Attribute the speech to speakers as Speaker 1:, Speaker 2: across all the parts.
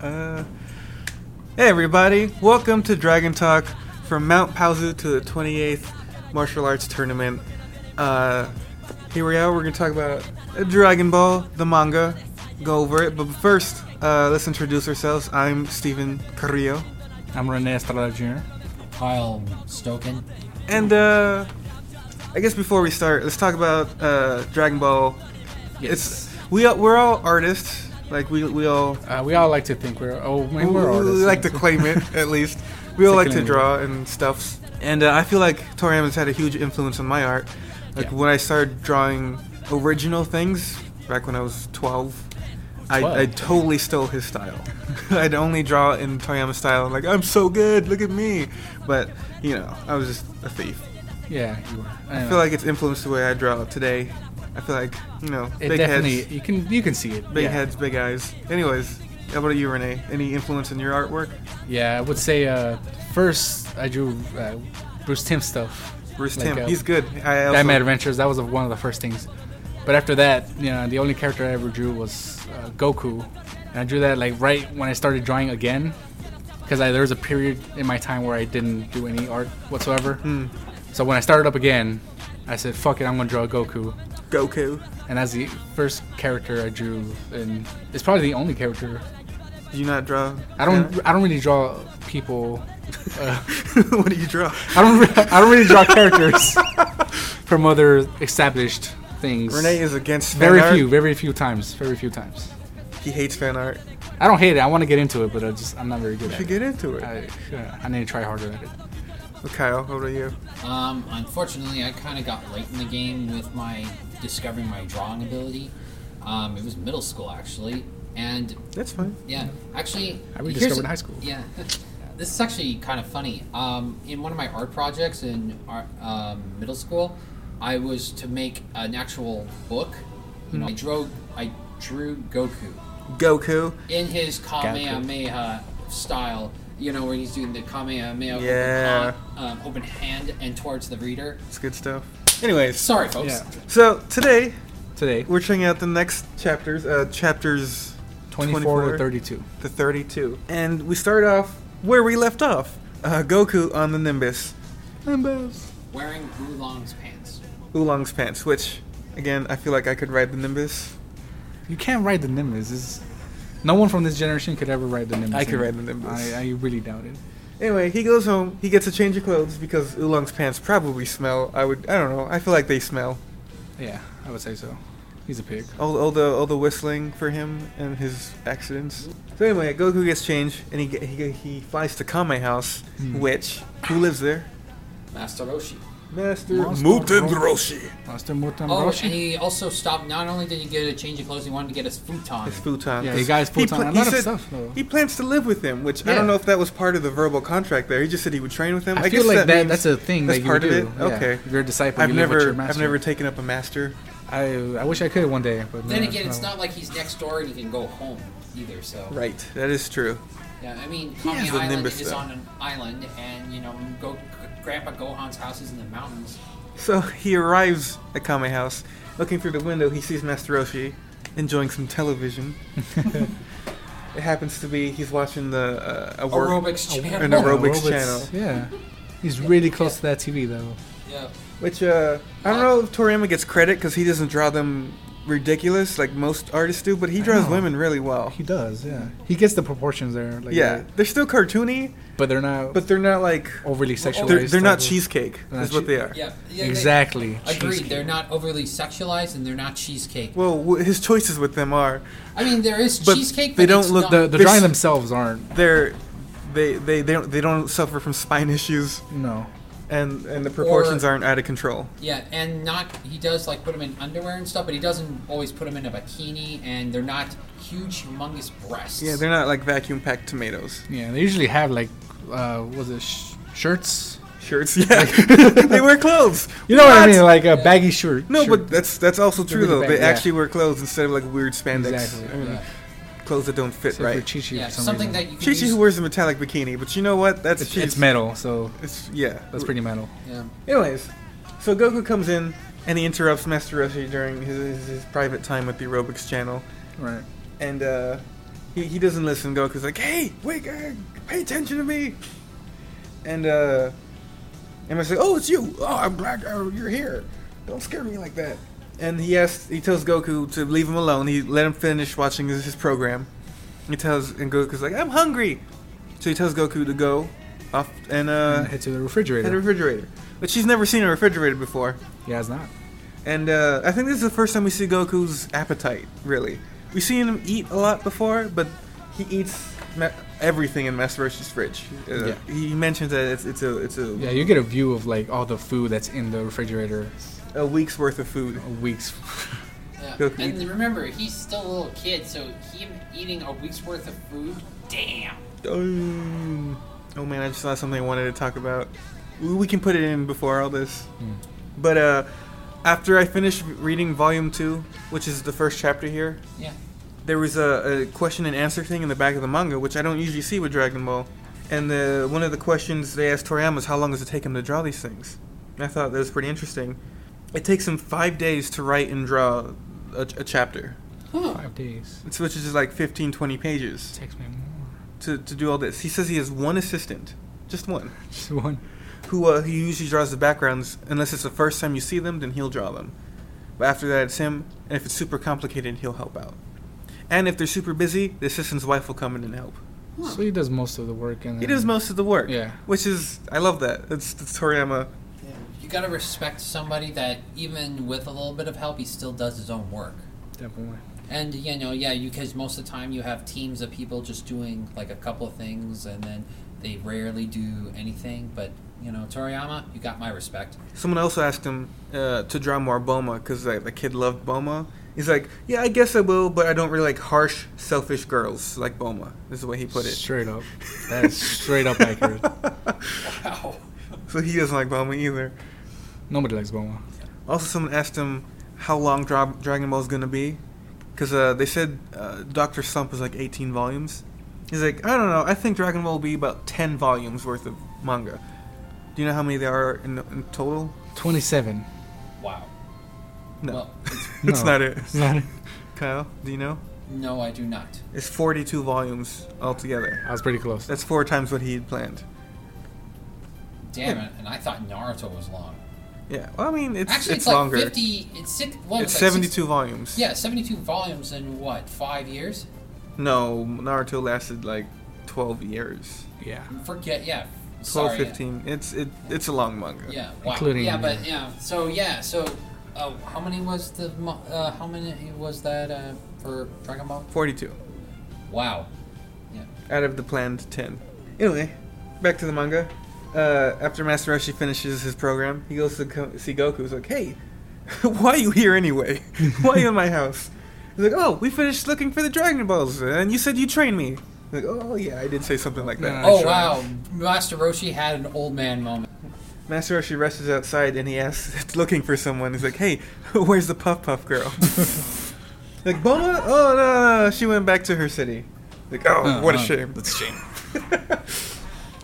Speaker 1: Uh, hey everybody, welcome to Dragon Talk from Mount Pauzu to the 28th Martial Arts Tournament. Uh, here we are, we're going to talk about Dragon Ball, the manga, go over it. But first, uh, let's introduce ourselves. I'm Steven Carrillo.
Speaker 2: I'm Rene Estrada Jr.
Speaker 3: Kyle Stoken.
Speaker 1: And uh, I guess before we start, let's talk about uh, Dragon Ball. It's we all- we're all artists. Like we we all
Speaker 2: uh, we all like to think we're oh man,
Speaker 1: we,
Speaker 2: we're
Speaker 1: we
Speaker 2: artists.
Speaker 1: like to claim it at least. We
Speaker 2: It's
Speaker 1: all
Speaker 2: a
Speaker 1: like to
Speaker 2: claim.
Speaker 1: draw and stuffs. And uh, I feel like Toriyama's had a huge influence on my art. Like
Speaker 2: Yeah.
Speaker 1: when I started drawing original things back when I was 12, I, I
Speaker 2: 12?
Speaker 1: totally stole his style. I'd only draw in Toriyama style. Like I'm so good, look at me. But you know, I was just a thief.
Speaker 2: Yeah, you were.
Speaker 1: I feel like it's influenced the way I draw today. I feel like you know,
Speaker 2: it
Speaker 1: big
Speaker 2: definitely
Speaker 1: heads,
Speaker 2: you can you can see it.
Speaker 1: big
Speaker 2: yeah.
Speaker 1: heads, big eyes. Anyways, how about you, Renee? Any influence in your artwork?
Speaker 2: Yeah, I would say uh, first I drew uh, Bruce Tim stuff.
Speaker 1: Bruce
Speaker 2: Like,
Speaker 1: Tim,
Speaker 2: uh,
Speaker 1: he's good. I also,
Speaker 2: Batman Adventures. That was one of the first things. But after that, you know, the only character I ever drew was uh, Goku, and I drew that like right when I started drawing again, because there was a period in my time where I didn't do any art whatsoever.
Speaker 1: Hmm.
Speaker 2: So when I started up again, I said, "Fuck it, I'm gonna draw Goku,"
Speaker 1: Goku.
Speaker 2: and that's the first character I drew, and it's probably the only character.
Speaker 1: Do you not draw?
Speaker 2: I don't.
Speaker 1: Batman?
Speaker 2: I don't really draw people. Uh,
Speaker 1: what do you draw?
Speaker 2: I don't. re- I don't really draw characters from other established things.
Speaker 1: Renee is against fan
Speaker 2: Very
Speaker 1: art.
Speaker 2: few, very few times, very few times.
Speaker 1: He hates fan art.
Speaker 2: I don't hate it. I want to get into it, but I just I'm not very good
Speaker 1: You
Speaker 2: at
Speaker 1: should
Speaker 2: it.
Speaker 1: get into it.
Speaker 2: I, yeah, I need to try harder at it.
Speaker 1: Well, Kyle, how about you?
Speaker 3: Um, unfortunately, I kind of got late in the game with my discovering my drawing ability. Um, it was middle school actually, and
Speaker 1: That's fine.
Speaker 3: yeah, actually,
Speaker 2: I rediscovered
Speaker 3: here's
Speaker 2: in high school.
Speaker 3: Yeah, this is actually kind of funny. Um, in one of my art projects in art, um, middle school, I was to make an actual book. You
Speaker 2: Hmm.
Speaker 3: know, I drew I drew Goku.
Speaker 1: Goku.
Speaker 3: in his Kamehameha style, you know, where he's doing the Kamehameha
Speaker 1: Yeah.
Speaker 3: open, hand, um, open hand and towards the reader.
Speaker 1: It's good stuff. Anyways,
Speaker 3: Sorry, folks.
Speaker 2: Yeah.
Speaker 1: so today
Speaker 2: Today,
Speaker 1: we're checking out the next chapters. Uh, chapters
Speaker 2: 24, to 32.
Speaker 1: to 32. And we start off where we left off. Uh, Goku on the Nimbus. Nimbus.
Speaker 3: Wearing Oolong's pants.
Speaker 1: Oolong's pants, which, again, I feel like I could ride the Nimbus.
Speaker 2: You can't ride the Nimbus. This is- no one from this generation could ever ride the Nimbus.
Speaker 1: I could
Speaker 2: anymore.
Speaker 1: ride the Nimbus.
Speaker 2: I, I really doubt it.
Speaker 1: Anyway, he goes home. He gets a change of clothes because Oolong's pants probably smell. I would, I don't know. I feel like they smell.
Speaker 2: Yeah, I would say so. He's a pig.
Speaker 1: All, all the all the whistling for him and his accidents. So anyway, Goku gets changed and he ge- he, he flies to Kame House,
Speaker 2: Hmm.
Speaker 1: which who lives there?
Speaker 3: Master Roshi.
Speaker 1: Master
Speaker 2: Master
Speaker 1: Muten
Speaker 2: Roshi.
Speaker 1: Roshi.
Speaker 2: Master Mutan
Speaker 3: Oh,
Speaker 2: Roshi.
Speaker 3: and he also stopped. Not only did he get a change of clothes, he wanted to get his futon.
Speaker 1: His futon.
Speaker 2: Yeah, he got his futon. A
Speaker 1: he
Speaker 2: lot of
Speaker 1: said
Speaker 2: stuff, though.
Speaker 1: He plans to live with him, which I don't
Speaker 2: Yeah.
Speaker 1: know if that was part of the verbal contract. There, he just said he would train with him.
Speaker 2: I, feel like that,
Speaker 1: means
Speaker 2: that's a thing
Speaker 1: that's
Speaker 2: that you
Speaker 1: part
Speaker 2: do.
Speaker 1: of it?
Speaker 2: Yeah,
Speaker 1: Okay.
Speaker 2: You're a disciple.
Speaker 1: I've
Speaker 2: you live with your
Speaker 1: never I've
Speaker 2: master.
Speaker 1: never taken up a master.
Speaker 2: I, I wish I could one day, but
Speaker 3: Then
Speaker 2: no,
Speaker 3: again, it's
Speaker 2: no.
Speaker 3: not like he's next door and he can go home either. So
Speaker 1: Right, that is true.
Speaker 3: yeah, I mean,
Speaker 1: He has
Speaker 3: Kami
Speaker 1: the
Speaker 3: Island
Speaker 1: Nimbus,
Speaker 3: is
Speaker 1: though.
Speaker 3: on an island, and you know, go, Grandpa Gohan's house is in the mountains.
Speaker 1: So he arrives at Kame House. Looking through the window, he sees Master Roshi enjoying some television. it happens to be he's watching the uh, a work,
Speaker 3: Aerobics
Speaker 1: an
Speaker 3: channel.
Speaker 1: aerobics,
Speaker 2: Oh, Aerobics,
Speaker 1: channel,
Speaker 2: Yeah. He's really close to that TV though.
Speaker 3: Yeah.
Speaker 1: which uh, I don't know if Toriyama gets credit because he doesn't draw them ridiculous like most artists do, but he
Speaker 2: I
Speaker 1: draws
Speaker 2: know.
Speaker 1: women really well.
Speaker 2: He does, yeah. He gets the proportions there. Like
Speaker 1: yeah,
Speaker 2: right.
Speaker 1: they're still cartoony,
Speaker 2: but they're not
Speaker 1: but they're not like
Speaker 2: overly sexualized.
Speaker 1: they're, they're not
Speaker 2: like-
Speaker 1: cheesecake.
Speaker 2: They're not
Speaker 1: is what
Speaker 2: che-
Speaker 1: they are.
Speaker 3: Yeah. yeah they-
Speaker 2: Exactly.
Speaker 3: Agreed.
Speaker 2: Cheesecake.
Speaker 3: They're not overly sexualized and they're not cheesecake.
Speaker 1: Well, w- his choices with them are
Speaker 3: I mean, there is
Speaker 1: But
Speaker 3: cheesecake.
Speaker 1: they
Speaker 3: but
Speaker 1: don't
Speaker 3: it's
Speaker 1: look
Speaker 2: The,
Speaker 3: not-
Speaker 2: the
Speaker 1: They're
Speaker 2: drawing
Speaker 1: s-
Speaker 2: themselves aren't.
Speaker 1: they're they they they don't they don't suffer from spine issues.
Speaker 2: No.
Speaker 1: and and the proportions
Speaker 3: Or-
Speaker 1: aren't out of control.
Speaker 3: Yeah, and not he does like put them in underwear and stuff, but he doesn't always put them in a bikini, and they're not huge, humongous breasts.
Speaker 1: Yeah, they're not like vacuum packed tomatoes
Speaker 2: Yeah, they usually have like, uh, what was it sh- shirts?
Speaker 1: shirts. Yeah, they wear clothes.
Speaker 2: You know what, I mean? Like a baggy shirt.
Speaker 1: No,
Speaker 2: shirt.
Speaker 1: but that's that's also
Speaker 2: They're
Speaker 1: true
Speaker 2: really
Speaker 1: though.
Speaker 2: bad,
Speaker 1: They
Speaker 2: yeah.
Speaker 1: actually wear clothes instead of like weird spandex,
Speaker 2: Exactly,
Speaker 1: I mean,
Speaker 3: yeah.
Speaker 1: clothes that don't fit
Speaker 2: Except for
Speaker 1: right.
Speaker 2: Chi-Chi for
Speaker 3: Yeah,
Speaker 2: some
Speaker 3: something
Speaker 2: reason.
Speaker 3: that you can
Speaker 1: Chi Chi who
Speaker 3: use-
Speaker 1: wears a metallic bikini, but you know what? That's
Speaker 2: it's,
Speaker 1: she's-
Speaker 2: it's metal, so
Speaker 1: It's yeah.
Speaker 2: that's pretty metal.
Speaker 3: yeah.
Speaker 1: Anyways, so Goku comes in and he interrupts Master Roshi during his, his, his private time with the aerobics channel,
Speaker 2: Right.
Speaker 1: and uh, He, he doesn't listen. Goku's like, hey, wake up, pay attention to me. And uh, and I say, oh, it's you. Oh, I'm glad uh, you're here. Don't scare me like that. And he asks, he tells Goku to leave him alone. He let him finish watching his, his program. He tells, and Goku's like, I'm hungry. So he tells Goku to go off and uh,
Speaker 2: And head to the
Speaker 1: at
Speaker 2: refrigerator.
Speaker 1: a refrigerator. But she's never seen a refrigerator before.
Speaker 2: yeah, it's not.
Speaker 1: And uh, I think this is the first time we see Goku's appetite, really. We've seen him eat a lot before, but he eats ma- everything in Master Roshi's fridge. Uh,
Speaker 2: Yeah.
Speaker 1: He mentions that it's, it's a it's a,
Speaker 2: Yeah, you get a view of like all the food that's in the refrigerator.
Speaker 1: a week's worth of food.
Speaker 2: A week's.
Speaker 3: Yeah.
Speaker 1: Goku
Speaker 3: And
Speaker 1: eats-
Speaker 3: remember, he's still a little kid, so him eating a week's worth of food, damn.
Speaker 1: Um, Oh man, I just saw something I wanted to talk about. We we can put it in before all this.
Speaker 2: Hmm.
Speaker 1: But uh, after I finished reading Volume 2, which is the first chapter here,
Speaker 3: Yeah.
Speaker 1: there was a, a question and answer thing in the back of the manga, which I don't usually see with Dragon Ball. And the, one of the questions they asked Toriyama is how long does it take him to draw these things? And I thought that was pretty interesting. It takes him five days to write and draw a, a chapter,
Speaker 3: Huh.
Speaker 2: Five days.
Speaker 1: It's- which is like 15, 20 pages
Speaker 2: Takes me more.
Speaker 1: to, to do all this. He says he has one assistant, just one,
Speaker 2: Just one.
Speaker 1: who uh, he usually draws the backgrounds. Unless it's the first time you see them, then he'll draw them. But after that, it's him, and if it's super complicated, he'll help out. And if they're super busy, the assistant's wife will come in and help.
Speaker 2: So he does most of the work, and
Speaker 1: He
Speaker 2: then-
Speaker 1: does most of the work.
Speaker 2: Mm-hmm. Yeah.
Speaker 1: Which is, I love that. That's, that's Toriyama.
Speaker 3: You gotta respect somebody that even with a little bit of help, he still does his own work.
Speaker 2: Definitely.
Speaker 3: And you know, yeah, you because most of the time you have teams of people just doing like a couple of things, and then they rarely do anything. But you know, Toriyama, you got my respect.
Speaker 1: Someone also asked him uh, to draw more Boma because like, the kid loved Boma. He's like, yeah, I guess I will, but I don't really like harsh, selfish girls like Boma. This is the way he put it.
Speaker 2: Straight up. That is straight up accurate.
Speaker 3: Wow.
Speaker 1: So he doesn't like Boma either.
Speaker 2: Nobody likes Boma.
Speaker 1: Also, someone asked him how long Dra- Dragon Ball is going to be because uh, they said uh, Dr. Slump was like 18 volumes. He's like, I don't know. I think Dragon Ball will be about 10 volumes worth of manga. Do you know how many there are in, in total?
Speaker 2: 27.
Speaker 3: Wow.
Speaker 1: No.
Speaker 3: Well, it's,
Speaker 1: That's
Speaker 2: No.
Speaker 1: not it.
Speaker 2: It's not-
Speaker 1: Kyle, do you know?
Speaker 3: no, I do not.
Speaker 1: It's 42 volumes altogether.
Speaker 2: I was pretty close.
Speaker 1: That's four times what he had planned.
Speaker 3: Damn it! And I thought Naruto was long.
Speaker 1: Yeah. Well, I mean, it's
Speaker 3: Actually, it's,
Speaker 1: it's,
Speaker 3: like
Speaker 1: longer.
Speaker 3: fifty. It's six. What
Speaker 1: it's
Speaker 3: was that,
Speaker 1: 72 volumes.
Speaker 3: Six, yeah, seventy-two volumes in what five years?
Speaker 1: No, Naruto lasted like 12 years.
Speaker 2: Yeah.
Speaker 3: Forget. Yeah. 12,
Speaker 1: 12,
Speaker 3: Sorry,
Speaker 1: 15. It's it, it's a long manga.
Speaker 3: Yeah. Wow.
Speaker 2: Including-
Speaker 3: Yeah, but yeah. So yeah. So, uh, how many was the? mo- Uh, how many was that uh, for Dragon Ball?
Speaker 1: 42
Speaker 3: Wow. Yeah.
Speaker 1: out of the planned 10. Anyway, back to the manga. Uh, after Master Roshi finishes his program, he goes to co- see Goku. He's like, "Hey, why are you here anyway? Why are you in my house?" He's like, "Oh, we finished looking for the Dragon Balls, and you said you trained me." He's like, "Oh yeah, I did say something like that."
Speaker 2: I
Speaker 3: oh
Speaker 2: tried.
Speaker 3: wow, Master Roshi had an old man moment.
Speaker 1: Master Roshi rushes outside and he asks, looking for someone. He's like, "Hey, where's the Puff Puff girl?" like, "Boma? Oh no, no, no, she went back to her city." Like, "Oh,
Speaker 2: Uh,
Speaker 1: what a
Speaker 2: uh,
Speaker 1: shame."
Speaker 2: That's a shame.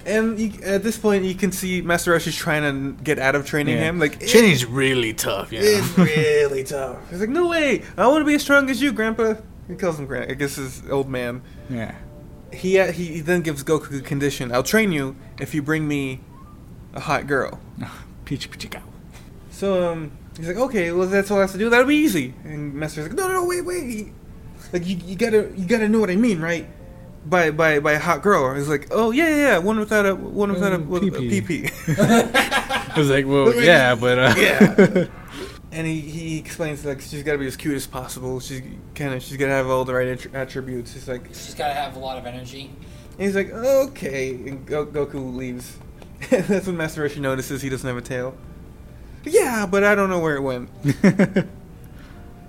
Speaker 1: And you, at this point, you can see Master Roshi's trying to get out of training
Speaker 2: Yeah.
Speaker 1: him. Like, "It-
Speaker 2: Training's really tough, yeah.
Speaker 1: it's really tough. He's like, "No way! I want to be as strong as you, Grandpa." He calls him Grandpa. I guess his old man.
Speaker 2: yeah.
Speaker 1: He uh, he then gives Goku a condition. I'll train you if you bring me a hot girl.
Speaker 2: Peach Peach Cow.
Speaker 1: So um, he's like, okay, well that's all I have to do. That'll be easy. And Master's like, no, no, wait, wait. Like you, you gotta you gotta know what I mean, right? By by by a hot girl. He's like, oh yeah yeah, yeah, one without a one without a,
Speaker 2: Mm,
Speaker 1: with a
Speaker 2: pee-pee.
Speaker 1: PP.
Speaker 2: I was like, well, yeah, but. Uh,
Speaker 1: Yeah. and he, he explains like she's gotta be as cute as possible. She's kind of she's gotta have all the right attr- attributes. He's like,
Speaker 3: She's got to have a lot of energy.
Speaker 1: and he's like, okay. And Go- Goku leaves. That's when Master Roshi notices he doesn't have a tail. Yeah, but I don't know where it went.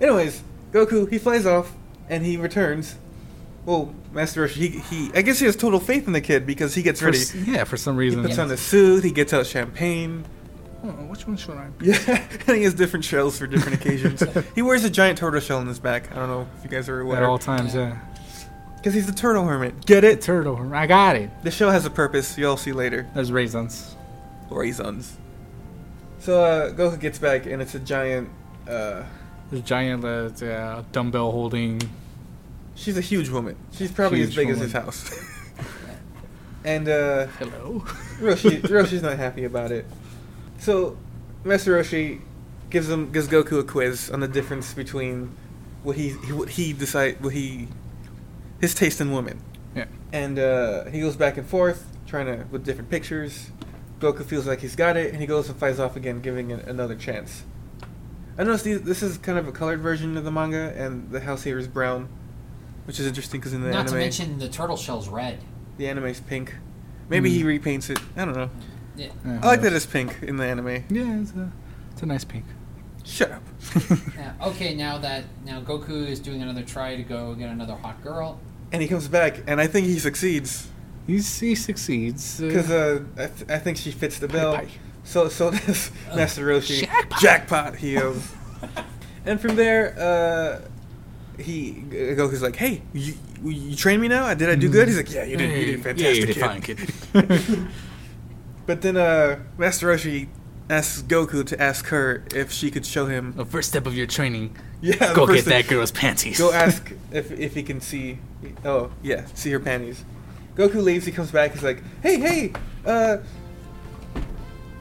Speaker 1: Anyways, Goku he flies off and he returns. Well, Master Roshi, he, he I guess he has total faith in the kid because he gets
Speaker 2: for,
Speaker 1: ready.
Speaker 2: s- yeah, for some
Speaker 1: He
Speaker 2: reason.
Speaker 1: puts on the suit. He gets out champagne.
Speaker 2: Oh, which one should I be?
Speaker 1: Yeah, and he has different shells for different occasions. He wears a giant turtle shell on his back. I don't know if you guys are
Speaker 2: At all
Speaker 1: aware.
Speaker 2: times, yeah.
Speaker 1: Because he's the turtle hermit. Get it?
Speaker 2: Turtle. I got it.
Speaker 1: The shell has a purpose. You'll see later.
Speaker 2: There's raisins.
Speaker 1: Raisins. So uh, Goku gets back, and it's a giant. Uh,
Speaker 2: There's giant uh, uh, dumbbell holding
Speaker 1: She's a huge woman. She's probably as
Speaker 2: Huge
Speaker 1: big
Speaker 2: woman.
Speaker 1: as his house. and uh,
Speaker 2: Hello.
Speaker 1: Roshi, Roshi's not happy about it. So, Master Roshi gives him gives Goku a quiz on the difference between what he what he decide what he his taste in women,
Speaker 2: Yeah.
Speaker 1: and uh, he goes back and forth trying to with different pictures. Goku feels like he's got it, and he goes and fights off again, giving it another chance. I noticed these, this is kind of a colored version of the manga, and the house here is brown, which is interesting because in the
Speaker 3: Not
Speaker 1: anime,
Speaker 3: to mention the turtle shell's red.
Speaker 1: the anime's pink. Maybe
Speaker 2: Mm.
Speaker 1: he repaints it. Hmm. I don't know.
Speaker 3: Yeah.
Speaker 2: Yeah,
Speaker 1: I like
Speaker 2: who
Speaker 1: that
Speaker 2: knows?
Speaker 1: it's pink in the anime.
Speaker 2: Yeah, it's a, it's a nice pink.
Speaker 1: Shut up.
Speaker 3: Yeah, Okay, now that now Goku is doing another try to go get another hot girl.
Speaker 1: And he comes back, and I think he succeeds
Speaker 2: He's, he succeeds. uh,
Speaker 1: because uh, I, th- I think she fits the bill.
Speaker 2: Pie.
Speaker 1: So so does
Speaker 2: Oh,
Speaker 1: Master Roshi.
Speaker 2: Jackpot.
Speaker 1: Jackpot, He yells. and from there, uh, he G- Goku's like, "Hey, you, you train me now? Did I do good?" He's like, "Yeah, you did. You did fantastic,
Speaker 2: Yeah, you did fine, kid.
Speaker 1: But then uh, Master Roshi asks Goku to ask her if she could show him.
Speaker 2: the first step of your training.
Speaker 1: Yeah, the
Speaker 2: go
Speaker 1: first
Speaker 2: get that
Speaker 1: thing-
Speaker 2: girl's panties.
Speaker 1: Go ask if if he can see. Oh yeah, see her panties. Goku leaves. He comes back. He's like, hey hey, uh.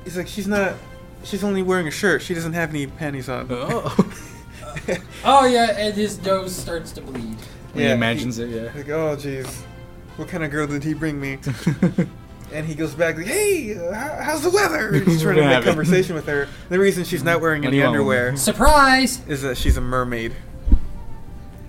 Speaker 1: He's like, she's not. She's only wearing a shirt. She doesn't have any panties on.
Speaker 2: Oh.
Speaker 3: Oh yeah, and his nose starts to bleed.
Speaker 2: He imagines it, yeah.
Speaker 1: Like, oh jeez, what kind of girl did he bring me? And he goes back like, hey, uh, how, how's the weather? And he's trying to
Speaker 2: What
Speaker 1: make
Speaker 2: happened?
Speaker 1: conversation with her. The reason she's not wearing
Speaker 2: What do
Speaker 1: any
Speaker 2: you want,
Speaker 1: underwear
Speaker 2: woman?
Speaker 3: Surprise!
Speaker 1: is that she's a mermaid.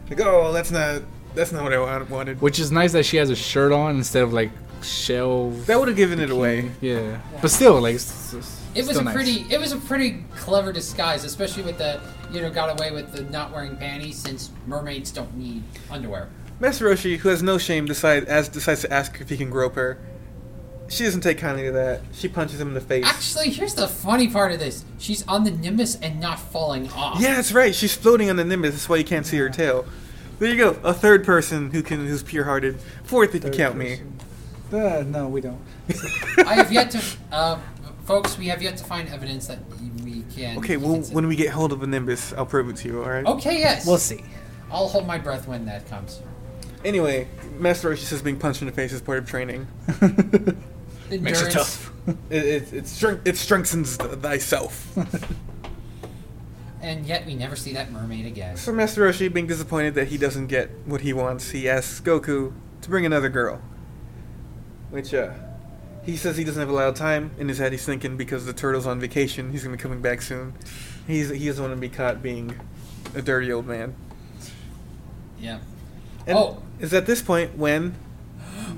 Speaker 1: Like, oh, that's not that's not what I wa- wanted.
Speaker 2: Which is nice that she has a shirt on instead of like shell.
Speaker 1: That would have given it away.
Speaker 2: yeah. But still, like. It's, it's
Speaker 3: It was
Speaker 2: still
Speaker 3: a
Speaker 2: nice.
Speaker 3: pretty it was a pretty clever disguise, especially with the you know, got away with the not wearing panties since mermaids don't need underwear.
Speaker 1: Master Roshi, who has no shame, decide, as, decides to ask if he can grope her. She doesn't take kindly to that. She punches him in the face.
Speaker 3: Actually, here's the funny part of this. She's on the Nimbus and not falling off.
Speaker 1: yeah, that's right. She's floating on the Nimbus. That's why you can't see her tail. There you go. A third person who can who's pure-hearted. Fourth, if you count
Speaker 2: me. Uh, no, we don't.
Speaker 1: me.
Speaker 3: I have yet to, uh, folks. We have yet to find evidence that we can.
Speaker 1: Okay, well, when we get hold of a Nimbus, I'll prove it to you. All right.
Speaker 3: Okay. Yes.
Speaker 2: We'll see.
Speaker 3: I'll hold my breath when that comes.
Speaker 1: Anyway, Master Roshi says being punched in the face is part of training.
Speaker 2: Makes her
Speaker 3: Endurance.
Speaker 2: tough.
Speaker 1: It it, it, strength, it strengthens th- thyself.
Speaker 3: And yet we never see that mermaid again.
Speaker 1: So Master Roshi, being disappointed that he doesn't get what he wants, he asks Goku to bring another girl. Which, uh, he says he doesn't have a lot of time. In his head, he's thinking because the turtle's on vacation, he's gonna be coming back soon. He's he doesn't want to be caught being a dirty old man.
Speaker 3: Yeah.
Speaker 1: And
Speaker 3: Oh.
Speaker 1: it's at this point when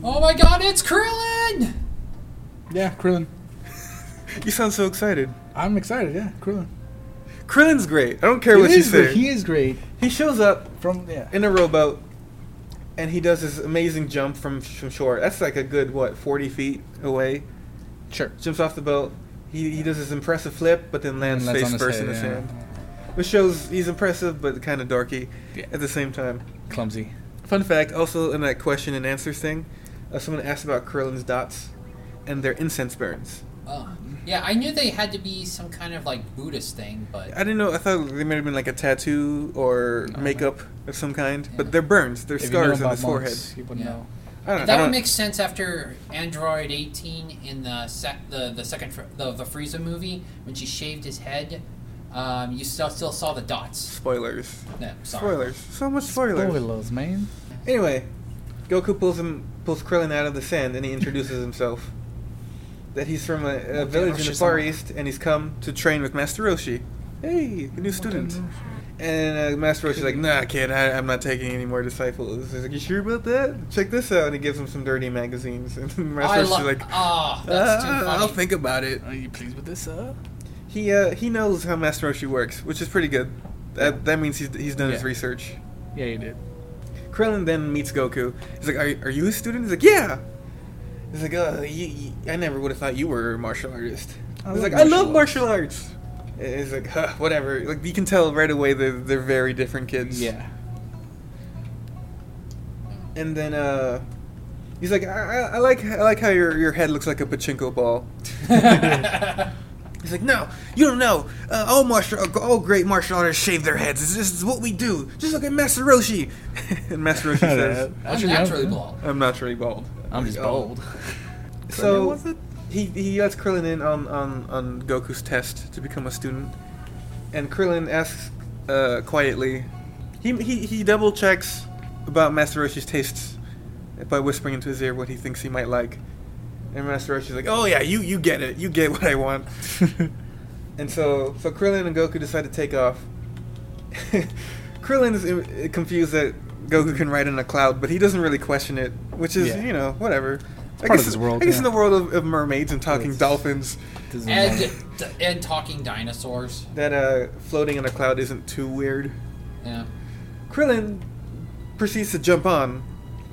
Speaker 3: Oh my God! It's Krillin.
Speaker 2: Yeah, Krillin.
Speaker 1: you sound so excited.
Speaker 2: I'm excited, yeah, Krillin.
Speaker 1: Krillin's great. I don't care what
Speaker 2: He
Speaker 1: you
Speaker 2: is great,
Speaker 1: say.
Speaker 2: He is great.
Speaker 1: He shows up
Speaker 2: From, yeah.
Speaker 1: in a rowboat, and he does this amazing jump from, from shore. That's like a good what forty feet away.
Speaker 2: Sure.
Speaker 1: jumps off the boat. He, he does his impressive flip, but then lands,
Speaker 2: And lands on
Speaker 1: face
Speaker 2: his
Speaker 1: first in
Speaker 2: head,
Speaker 1: the
Speaker 2: yeah.
Speaker 1: sand, which shows he's impressive but kind of dorky
Speaker 2: Yeah.
Speaker 1: at the same time.
Speaker 2: Clumsy.
Speaker 1: Fun fact, also in that question and answers thing, uh, someone asked about Krillin's dots and their incense burns.
Speaker 3: Oh. Yeah, I knew they had to be some kind of like Buddhist thing,
Speaker 1: I
Speaker 3: but
Speaker 1: didn't know. I thought they might have been like a tattoo or
Speaker 2: No,
Speaker 1: makeup of some kind,
Speaker 3: Yeah.
Speaker 1: but they're burns. They're
Speaker 2: If you knew
Speaker 1: scars on
Speaker 2: about
Speaker 1: his forehead.
Speaker 2: monks, You would
Speaker 3: Yeah.
Speaker 2: know.
Speaker 1: I don't, I
Speaker 3: that would
Speaker 1: don't-
Speaker 3: make sense after Android 18 in the sec- the the second fr- the the Frieza movie when she shaved his head. Um, you still still saw the dots.
Speaker 1: spoilers.
Speaker 3: No, sorry.
Speaker 1: Spoilers. So much
Speaker 2: Spoilers, man.
Speaker 1: Anyway, Goku pulls him pulls Krillin out of the sand and he introduces himself. That he's from a, a village in the
Speaker 2: Roshi-sama.
Speaker 1: Far East and he's come to train with Master Roshi. Hey, a new student. And uh, Master Roshi's like, nah, kid, I, I'm not taking any more disciples. He's like, you sure about that? Check this out. And he gives him some dirty magazines. And
Speaker 3: I
Speaker 1: Master Roshi's
Speaker 3: love.
Speaker 1: like,
Speaker 3: Ah, that's too
Speaker 1: "Ah,
Speaker 3: funny.
Speaker 1: I'll think about it.
Speaker 2: Are you pleased with this, uh?
Speaker 1: He uh, he knows how Master Roshi works, which is pretty good. That, that means he's, he's done his
Speaker 2: Yeah.
Speaker 1: research.
Speaker 2: Yeah, you did.
Speaker 1: Krillin then meets Goku. He's like, "Are, are you a student?" He's like, "Yeah." He's like, "Uh, you, you, I never would have thought you were a martial artist."
Speaker 2: I
Speaker 1: he's
Speaker 2: love
Speaker 1: like, "I love martial
Speaker 2: martial
Speaker 1: arts." And He's like, huh, "Whatever." Like you can tell right away they're, they're very different kids.
Speaker 2: Yeah.
Speaker 1: And then uh, he's like, I, I, "I like I like how your your head looks like a pachinko ball." He's like, no, you don't know. Uh, all martial, all great martial artists shave their heads. This, this is what we do. Just look at Master Roshi. and Master Roshi says,
Speaker 3: I'm naturally bald.
Speaker 1: I'm not really bald.
Speaker 2: I'm just
Speaker 1: Oh.
Speaker 2: bold.
Speaker 1: So
Speaker 2: was it?
Speaker 1: he he lets Krillin in on, on, on Goku's test to become a student, and Krillin asks uh, quietly. He, he he double checks about Master Roshi's tastes by whispering into his ear what he thinks he might like, and Master Roshi's like, "Oh yeah, you you get it, you get what I want." and so so Krillin and Goku decide to take off. Krillin is uh, confused that Goku can ride in a cloud, but he doesn't really question it, which is
Speaker 2: Yeah.
Speaker 1: you know whatever. I
Speaker 2: part of
Speaker 1: guess-
Speaker 2: this world,
Speaker 1: I guess
Speaker 2: yeah.
Speaker 1: in the world of, of mermaids and talking
Speaker 2: Yes.
Speaker 1: dolphins,
Speaker 2: Doesn't
Speaker 3: And,
Speaker 2: matter.
Speaker 3: and talking dinosaurs.
Speaker 1: that uh, floating in a cloud isn't too weird.
Speaker 3: Yeah.
Speaker 1: Krillin proceeds to jump on.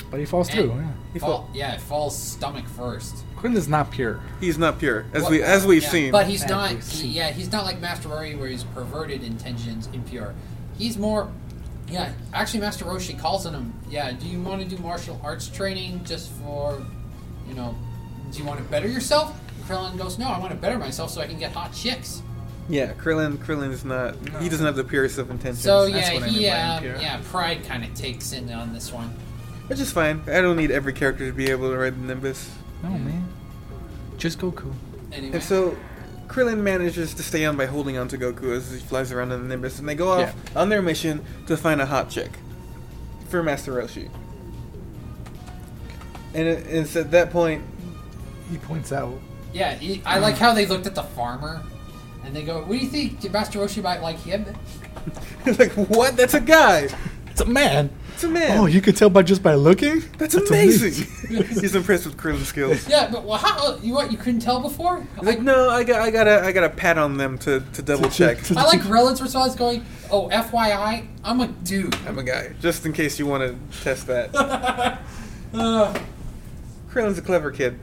Speaker 2: but he falls through.
Speaker 3: And-
Speaker 2: Yeah.
Speaker 1: He
Speaker 3: Fall,
Speaker 1: fall-
Speaker 3: yeah, it falls stomach first.
Speaker 2: Krillin's not pure.
Speaker 1: He's not pure, as
Speaker 3: What-
Speaker 1: we as we've
Speaker 3: yeah,
Speaker 1: seen.
Speaker 3: But he's
Speaker 2: As
Speaker 3: not.
Speaker 2: we've
Speaker 3: He,
Speaker 2: seen.
Speaker 3: yeah, he's not like Master Roshi, where he's perverted intentions, impure. He's more. Yeah, actually, Master Roshi calls on him. Yeah, do you want to do martial arts training just for, you know, do you want to better yourself? Krillin goes, no, I want to better myself so I can get hot chicks.
Speaker 1: yeah, Krillin Krillin is not. He doesn't have the purest of intentions.
Speaker 3: So
Speaker 2: that's
Speaker 3: yeah,
Speaker 2: what I
Speaker 3: he
Speaker 2: mean by
Speaker 3: um,
Speaker 2: impure.
Speaker 3: yeah, pride kind of takes in on this one.
Speaker 1: which is fine. I don't need every character to be able to ride the Nimbus.
Speaker 2: No man. Just Goku.
Speaker 3: Anyway,
Speaker 1: And so Krillin manages to stay on by holding on to Goku as he flies around in the Nimbus, and they go off on their mission to find a hot chick for Master Roshi. And it- it's at that point,
Speaker 2: He points out.
Speaker 3: yeah, he, I
Speaker 1: Mm.
Speaker 3: like how they looked at the farmer, and they go, "What do you think? Did Master Roshi might like him?"
Speaker 1: it's like, what? That's a guy.
Speaker 2: It's a man.
Speaker 1: It's a man.
Speaker 2: Oh, you could tell by just by looking.
Speaker 1: That's, amazing. He's impressed with Krillin's skills.
Speaker 3: Yeah, but well, how oh, you what you couldn't tell before?
Speaker 1: He's
Speaker 3: I,
Speaker 1: like, no, I got, I got, to I got to pat on them to, to double check.
Speaker 3: I like Grillin's response going, "Oh, FYI, I'm a dude."
Speaker 1: I'm a guy, just in case you want to test that.
Speaker 3: Uh,
Speaker 1: Krillin's a clever kid.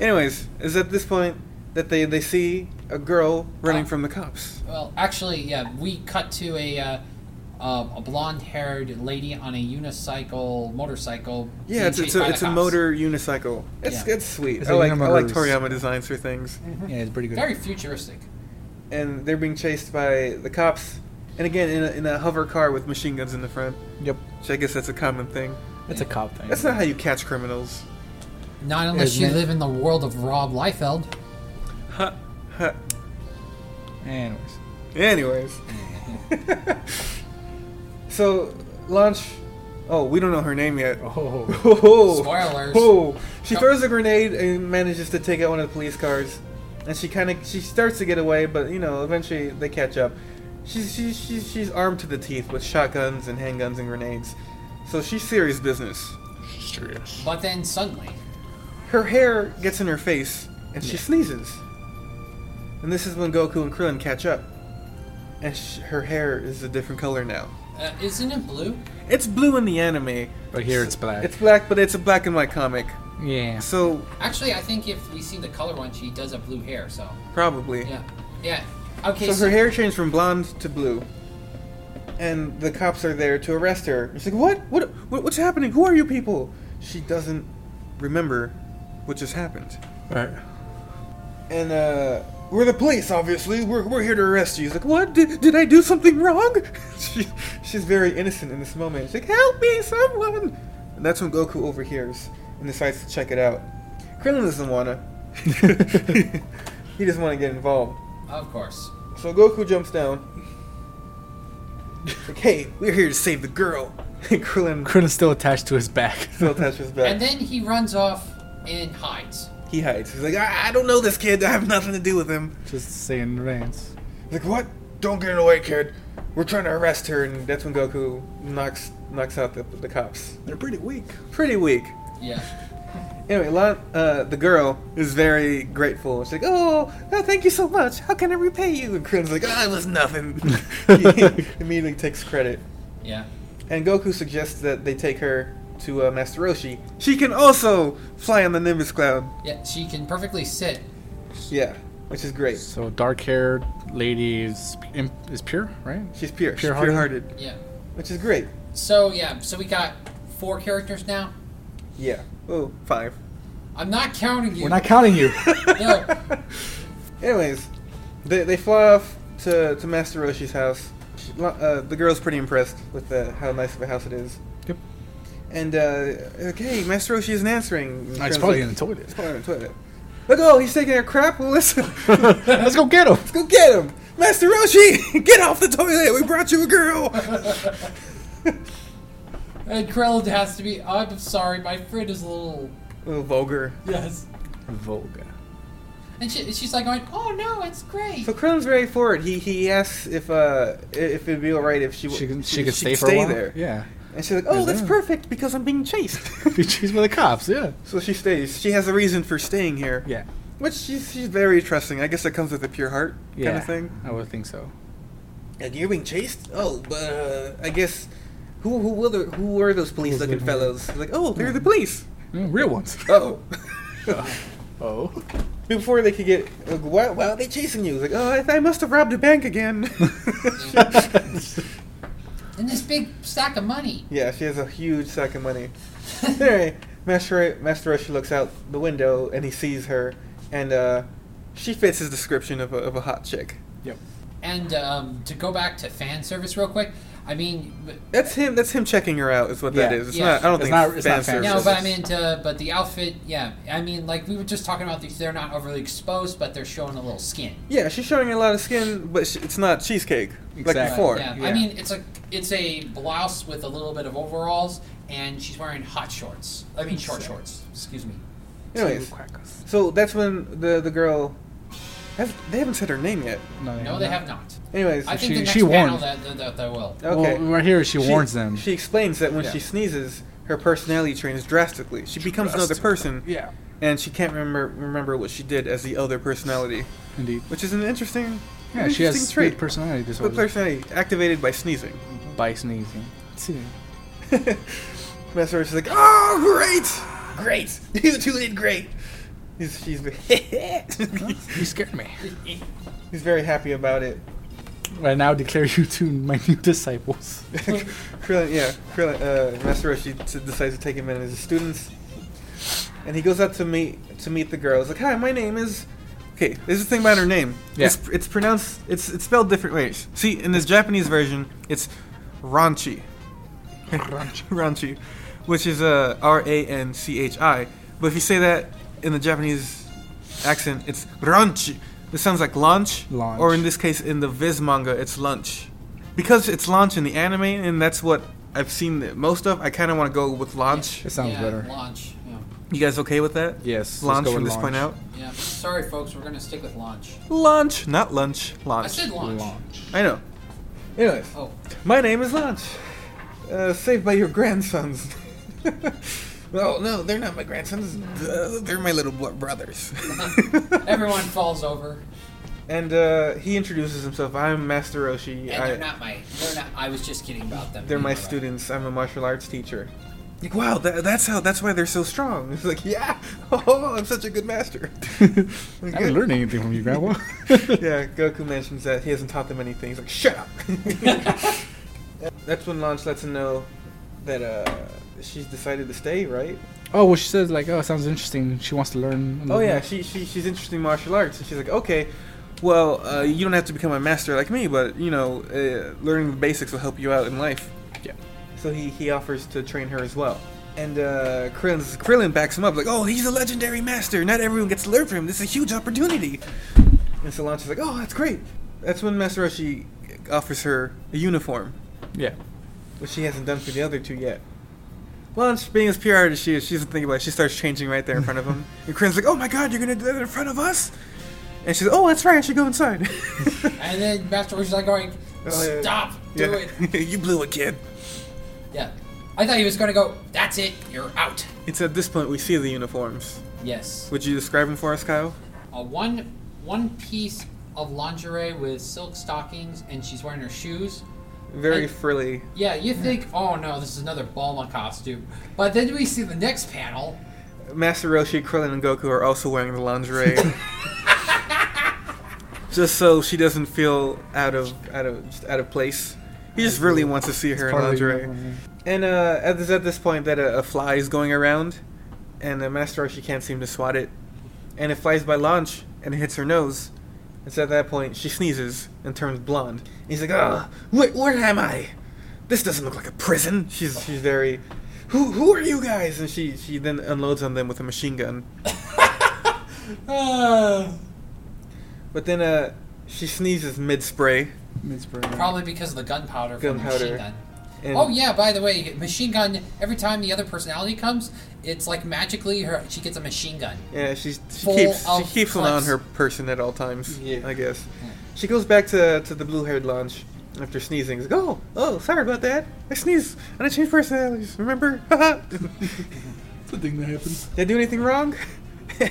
Speaker 1: Anyways, it's at this point that they, they see a girl running
Speaker 3: Ah.
Speaker 1: from the cops.
Speaker 3: well, actually, yeah, we cut to a uh, uh, a blonde-haired lady on a unicycle motorcycle.
Speaker 1: Yeah,
Speaker 3: being
Speaker 1: it's, it's
Speaker 3: chased
Speaker 1: a
Speaker 3: by the
Speaker 1: it's a
Speaker 3: cops.
Speaker 1: motor unicycle. It's
Speaker 3: Yeah. Mm-hmm.
Speaker 1: it's sweet.
Speaker 2: It's
Speaker 1: I
Speaker 2: a
Speaker 1: like I like
Speaker 2: Unimotors.
Speaker 1: Toriyama designs for things.
Speaker 2: Yeah, it's pretty good.
Speaker 3: Very futuristic.
Speaker 1: And they're being chased by the cops, and again in a, in a hover car with machine guns in the front.
Speaker 2: Yep.
Speaker 1: Which I guess that's a common thing.
Speaker 2: That's a cop thing.
Speaker 1: That's not how you catch criminals.
Speaker 3: Not unless you
Speaker 2: Isn't it?
Speaker 3: live in the world of Rob Liefeld.
Speaker 1: Ha, ha.
Speaker 2: Anyways.
Speaker 1: Anyways. so, Launch. Oh, we don't know her name yet.
Speaker 2: Oh.
Speaker 1: Oh,
Speaker 3: Spoilers.
Speaker 1: Oh, she
Speaker 3: Come-
Speaker 1: throws a grenade and manages to take out one of the police cars, and she kind of she starts to get away, but you know eventually they catch up. She's she's she's, she's armed to the teeth with shotguns and handguns and grenades, so she's serious business.
Speaker 2: Serious.
Speaker 3: But then suddenly,
Speaker 1: Her hair gets in her face, and she sneezes. And this is when Goku and Krillin catch up, and sh- her hair is a different color now.
Speaker 3: uh, isn't it blue?
Speaker 1: It's blue in the anime.
Speaker 2: But here it's black.
Speaker 1: It's black, but it's a black and white comic.
Speaker 2: yeah.
Speaker 1: So
Speaker 3: Actually, I think if we see the color one, she does have blue hair. So
Speaker 1: probably.
Speaker 3: yeah, yeah. Okay,
Speaker 1: So her hair changed from blonde to blue, and the cops are there to arrest her. She's like, "What? What? what what's happening? Who are you people?" She doesn't remember what just happened.
Speaker 2: Right.
Speaker 1: And uh, we're the police, obviously. We're, we're here to arrest you. He's like, "What? Did, did I do something wrong?" she, she's very innocent in this moment. She's like, "Help me, someone!" And that's when Goku overhears and decides to check it out. Krillin doesn't wanna. he doesn't want to get involved.
Speaker 3: of course.
Speaker 1: So Goku jumps down. like, hey, we're here to save the girl. And Krillin
Speaker 2: Krillin's still attached to his back.
Speaker 1: still touches
Speaker 3: And
Speaker 1: back.
Speaker 3: then he runs off and hides.
Speaker 1: He hides. He's like, I-, I don't know this kid. I have nothing to do with him.
Speaker 2: Just say in advance.
Speaker 1: Like, what? Don't get in the way, kid. We're trying to arrest her. And that's when Goku knocks knocks out the, the cops.
Speaker 2: They're pretty weak.
Speaker 1: Pretty weak.
Speaker 3: Yeah.
Speaker 1: Anyway, Lan, uh, the girl is very grateful. She's like, oh, oh, thank you so much. How can I repay you? And Krillin's like, ah, it was nothing. he immediately takes credit.
Speaker 3: Yeah.
Speaker 1: And Goku suggests that they take her to uh, Master Roshi. She can also fly on the Nimbus Cloud.
Speaker 3: Yeah, she can perfectly sit.
Speaker 1: Yeah, which is great.
Speaker 2: So dark-haired lady is imp- is pure, right?
Speaker 1: She's pure. She's
Speaker 2: Pure-hearted?
Speaker 1: pure-hearted,
Speaker 3: Yeah.
Speaker 1: which is great.
Speaker 3: So yeah, so we got four characters now.
Speaker 1: Yeah. Oh, five.
Speaker 3: I'm not counting you.
Speaker 2: We're not counting you.
Speaker 3: no.
Speaker 1: Anyways, They, they fly off to, to Master Roshi's house. She, uh, the girl's pretty impressed with the, how nice of a house it is.
Speaker 2: Yep.
Speaker 1: And, uh, okay, Master Roshi isn't answering.
Speaker 2: It's
Speaker 1: Kren's
Speaker 2: probably
Speaker 1: like,
Speaker 2: in the toilet.
Speaker 1: He's probably in the toilet. Look, oh, he's taking a crap. Well, listen,
Speaker 2: Let's go get him.
Speaker 1: let's go get him. Master Roshi, get off the toilet. We brought you a girl.
Speaker 3: And Krell has to be. I'm sorry, my friend is a little.
Speaker 1: Little vulgar.
Speaker 3: Yes.
Speaker 2: Volga.
Speaker 3: And she, she's like going, "Oh no, it's great."
Speaker 1: So Krillin's very forward. He he asks if uh if it'd be all right if she w-
Speaker 2: She can she could stay for a
Speaker 1: stay
Speaker 2: while.
Speaker 1: there.
Speaker 2: Yeah.
Speaker 1: And she's like, oh, that's
Speaker 2: Yeah.
Speaker 1: perfect because I'm being chased.
Speaker 2: Be chased by the cops. Yeah.
Speaker 1: so she stays. She has a reason for staying here.
Speaker 2: Yeah.
Speaker 1: Which she's, she's very trusting. I guess that comes with a pure heart
Speaker 2: Yeah.
Speaker 1: kind of thing.
Speaker 2: I would think so.
Speaker 1: Like you're being chased? Oh, but uh, I guess who who were the, who were those police looking
Speaker 2: looking-
Speaker 1: fellows? Like oh, they're the police.
Speaker 2: Mm, real ones.
Speaker 1: Oh.
Speaker 2: Oh.
Speaker 1: Before they could get, like, why, why are they chasing you? It's Like, oh, I, I must have robbed a bank again.
Speaker 3: And this big stack of money.
Speaker 1: Yeah, she has a huge sack of money. anyway, Master Master Roshi looks out the window and he sees her, and uh, she fits his description of a, of a hot chick.
Speaker 2: Yep.
Speaker 3: And um, to go back to fan service real quick, I mean, but-
Speaker 1: That's him. That's him checking her out. Is what that
Speaker 2: Yeah.
Speaker 1: is. It's
Speaker 3: Yeah.
Speaker 1: not. I don't
Speaker 2: It's
Speaker 1: think
Speaker 2: not-
Speaker 1: it's
Speaker 2: it's
Speaker 1: fan
Speaker 2: not fan
Speaker 1: service.
Speaker 3: no, but I mean, to, but the outfit, yeah. I mean, like we were just talking about these. They're not overly exposed, but they're showing a little skin.
Speaker 1: yeah, she's showing a lot of skin, but sh it's not cheesecake
Speaker 2: Exactly.
Speaker 1: like before.
Speaker 3: Yeah.
Speaker 2: yeah.
Speaker 3: I mean, it's a it's a blouse with a little bit of overalls, and she's wearing hot shorts. I mean, short shorts. Excuse me.
Speaker 1: Anyways,
Speaker 2: Two quackers.
Speaker 1: so that's when the the girl. Has, they haven't said her name yet.
Speaker 3: No, they have not.
Speaker 1: Anyways,
Speaker 3: I think
Speaker 2: she-
Speaker 3: the next
Speaker 2: she
Speaker 3: panel
Speaker 2: warned.
Speaker 3: that, that, that they will.
Speaker 1: okay.
Speaker 2: Well, right here she, warns them.
Speaker 1: She explains that when
Speaker 2: Yeah.
Speaker 1: she sneezes, her personality changes drastically. She becomes another person.
Speaker 2: yeah.
Speaker 1: and she can't remember remember what she did as the other personality,
Speaker 2: Indeed.
Speaker 1: which is an interesting
Speaker 2: Yeah,
Speaker 1: an
Speaker 2: she
Speaker 1: interesting
Speaker 2: has
Speaker 1: trait.
Speaker 2: split personality
Speaker 1: Split
Speaker 2: disorder
Speaker 1: personality activated by sneezing.
Speaker 2: by sneezing.
Speaker 1: Master is like, oh great, great, you two did great. He's, she's
Speaker 2: you scared me.
Speaker 1: he's very happy about it.
Speaker 2: I now declare you two my new disciples.
Speaker 1: Krillin, yeah, Krillin, uh, Master Roshi t- decides to take him in as his students, and he goes out to meet to meet the girl. He's like, "Hi, my name is." Okay, this is the thing about her name.
Speaker 2: Yeah.
Speaker 1: It's, it's pronounced. It's it's spelled different ways. See, in this Japanese version, it's Ranchi, Ranchi, which is uh, R A N C H I. But if you say that in the Japanese accent, it's Ranchi. This sounds like lunch,
Speaker 2: Lunch.
Speaker 1: or in this case, in the Viz manga, it's lunch. Because it's launch in the anime, and that's what I've seen the most of, I kind of want to go with launch.
Speaker 2: It sounds
Speaker 3: yeah,
Speaker 2: better.
Speaker 3: Launch. Yeah.
Speaker 1: You guys okay with that?
Speaker 2: Yes, let's
Speaker 1: Launch
Speaker 2: go
Speaker 1: from
Speaker 2: with
Speaker 1: this point out?
Speaker 2: launch.
Speaker 3: Yeah. Sorry, folks. We're gonna stick with launch.
Speaker 1: Launch, not lunch.
Speaker 3: I
Speaker 1: Launch.
Speaker 3: said launch.
Speaker 1: I know. Anyways,
Speaker 3: Oh,
Speaker 1: my name is Launch. Uh, saved by your grandsons. oh, no, they're not my grandsons. Duh, They're my little bro- brothers.
Speaker 3: Uh-huh. everyone falls over.
Speaker 1: and uh, he introduces himself. I'm Master Roshi.
Speaker 3: And
Speaker 1: I-
Speaker 3: they're not my. They're not. I was just kidding about them.
Speaker 1: They're my
Speaker 3: You're right.
Speaker 1: students. I'm a martial arts teacher. Like, wow, that, that's how. That's why they're so strong. It's like, yeah, oh, I'm such a good master.
Speaker 2: I haven't learned anything from you, Grandpa.
Speaker 1: yeah, Goku mentions that he hasn't taught them anything. He's like, shut up. that's when Launch lets him know that uh, she's decided to stay, right?
Speaker 2: Oh, well, she says like, oh, sounds interesting. She wants to learn. a
Speaker 1: Oh
Speaker 2: little
Speaker 1: yeah,
Speaker 2: bit.
Speaker 1: she, she she's interested in martial arts, and she's like, okay, well, uh, you don't have to become a master like me, but you know, uh, learning the basics will help you out in life.
Speaker 2: Yeah.
Speaker 1: So he he offers to train her as well, and uh, Krillin's, Krillin backs him up like, oh, he's a legendary master. Not everyone gets to learn from him. This is a huge opportunity. And so Lanch is like, oh, that's great. That's when Master Roshi offers her a uniform,
Speaker 2: yeah.
Speaker 1: which she hasn't done for the other two yet. Lunch, being as pure hearted as she is, she doesn't think about it. She starts changing right there in front of him. And Crin's like, oh my god, you're gonna do that in front of us? And she's like, oh, that's right, I should go inside.
Speaker 3: And then Master Roos's like going,
Speaker 1: Oh, yeah.
Speaker 3: stop, do it.
Speaker 1: you blew a kid.
Speaker 3: Yeah. I thought he was gonna go. That's it. You're out.
Speaker 1: It's at this point we see the uniforms.
Speaker 3: Yes.
Speaker 1: Would you describe them for us, Kyle?
Speaker 3: A one one piece of lingerie with silk stockings, and she's wearing her shoes.
Speaker 1: Very
Speaker 3: I-
Speaker 1: frilly.
Speaker 3: Yeah, you
Speaker 1: Mm.
Speaker 3: think, oh no, this is another Bulma costume. But then we see the next panel.
Speaker 1: Master Roshi, Krillin, and Goku are also wearing the lingerie. just so she doesn't feel out of out of just out of place. He just really wants to see her in
Speaker 2: part of the
Speaker 1: lingerie.
Speaker 2: uniform,
Speaker 1: And uh, at this at this point that a, a fly is going around, and uh, Master Roshi can't seem to swat it, and it flies by launch and it hits her nose, It's at that point she sneezes and turns blonde. And he's like, "Ah, wh- where am I? This doesn't look like a prison." She's she's very, "Who who are you guys?" And she she then unloads on them with a machine gun.
Speaker 2: Ah.
Speaker 1: But then uh, she sneezes mid spray.
Speaker 3: Probably because of the gunpowder from the
Speaker 1: Gunpowder.
Speaker 3: machine gun.
Speaker 1: And
Speaker 3: oh yeah, by the way, machine gun. Every time the other personality comes, it's like magically her she gets a machine gun.
Speaker 1: Yeah, she's, she
Speaker 3: Full
Speaker 1: keeps she
Speaker 3: of
Speaker 1: keeps one on
Speaker 3: clips.
Speaker 1: her person at all times.
Speaker 2: Yeah.
Speaker 1: I guess. She goes back to to the blue haired lounge after sneezing. She's like, oh, oh, sorry about that. I sneezed and I changed personalities. Remember?
Speaker 2: It's a thing that happens.
Speaker 1: Did I do anything wrong?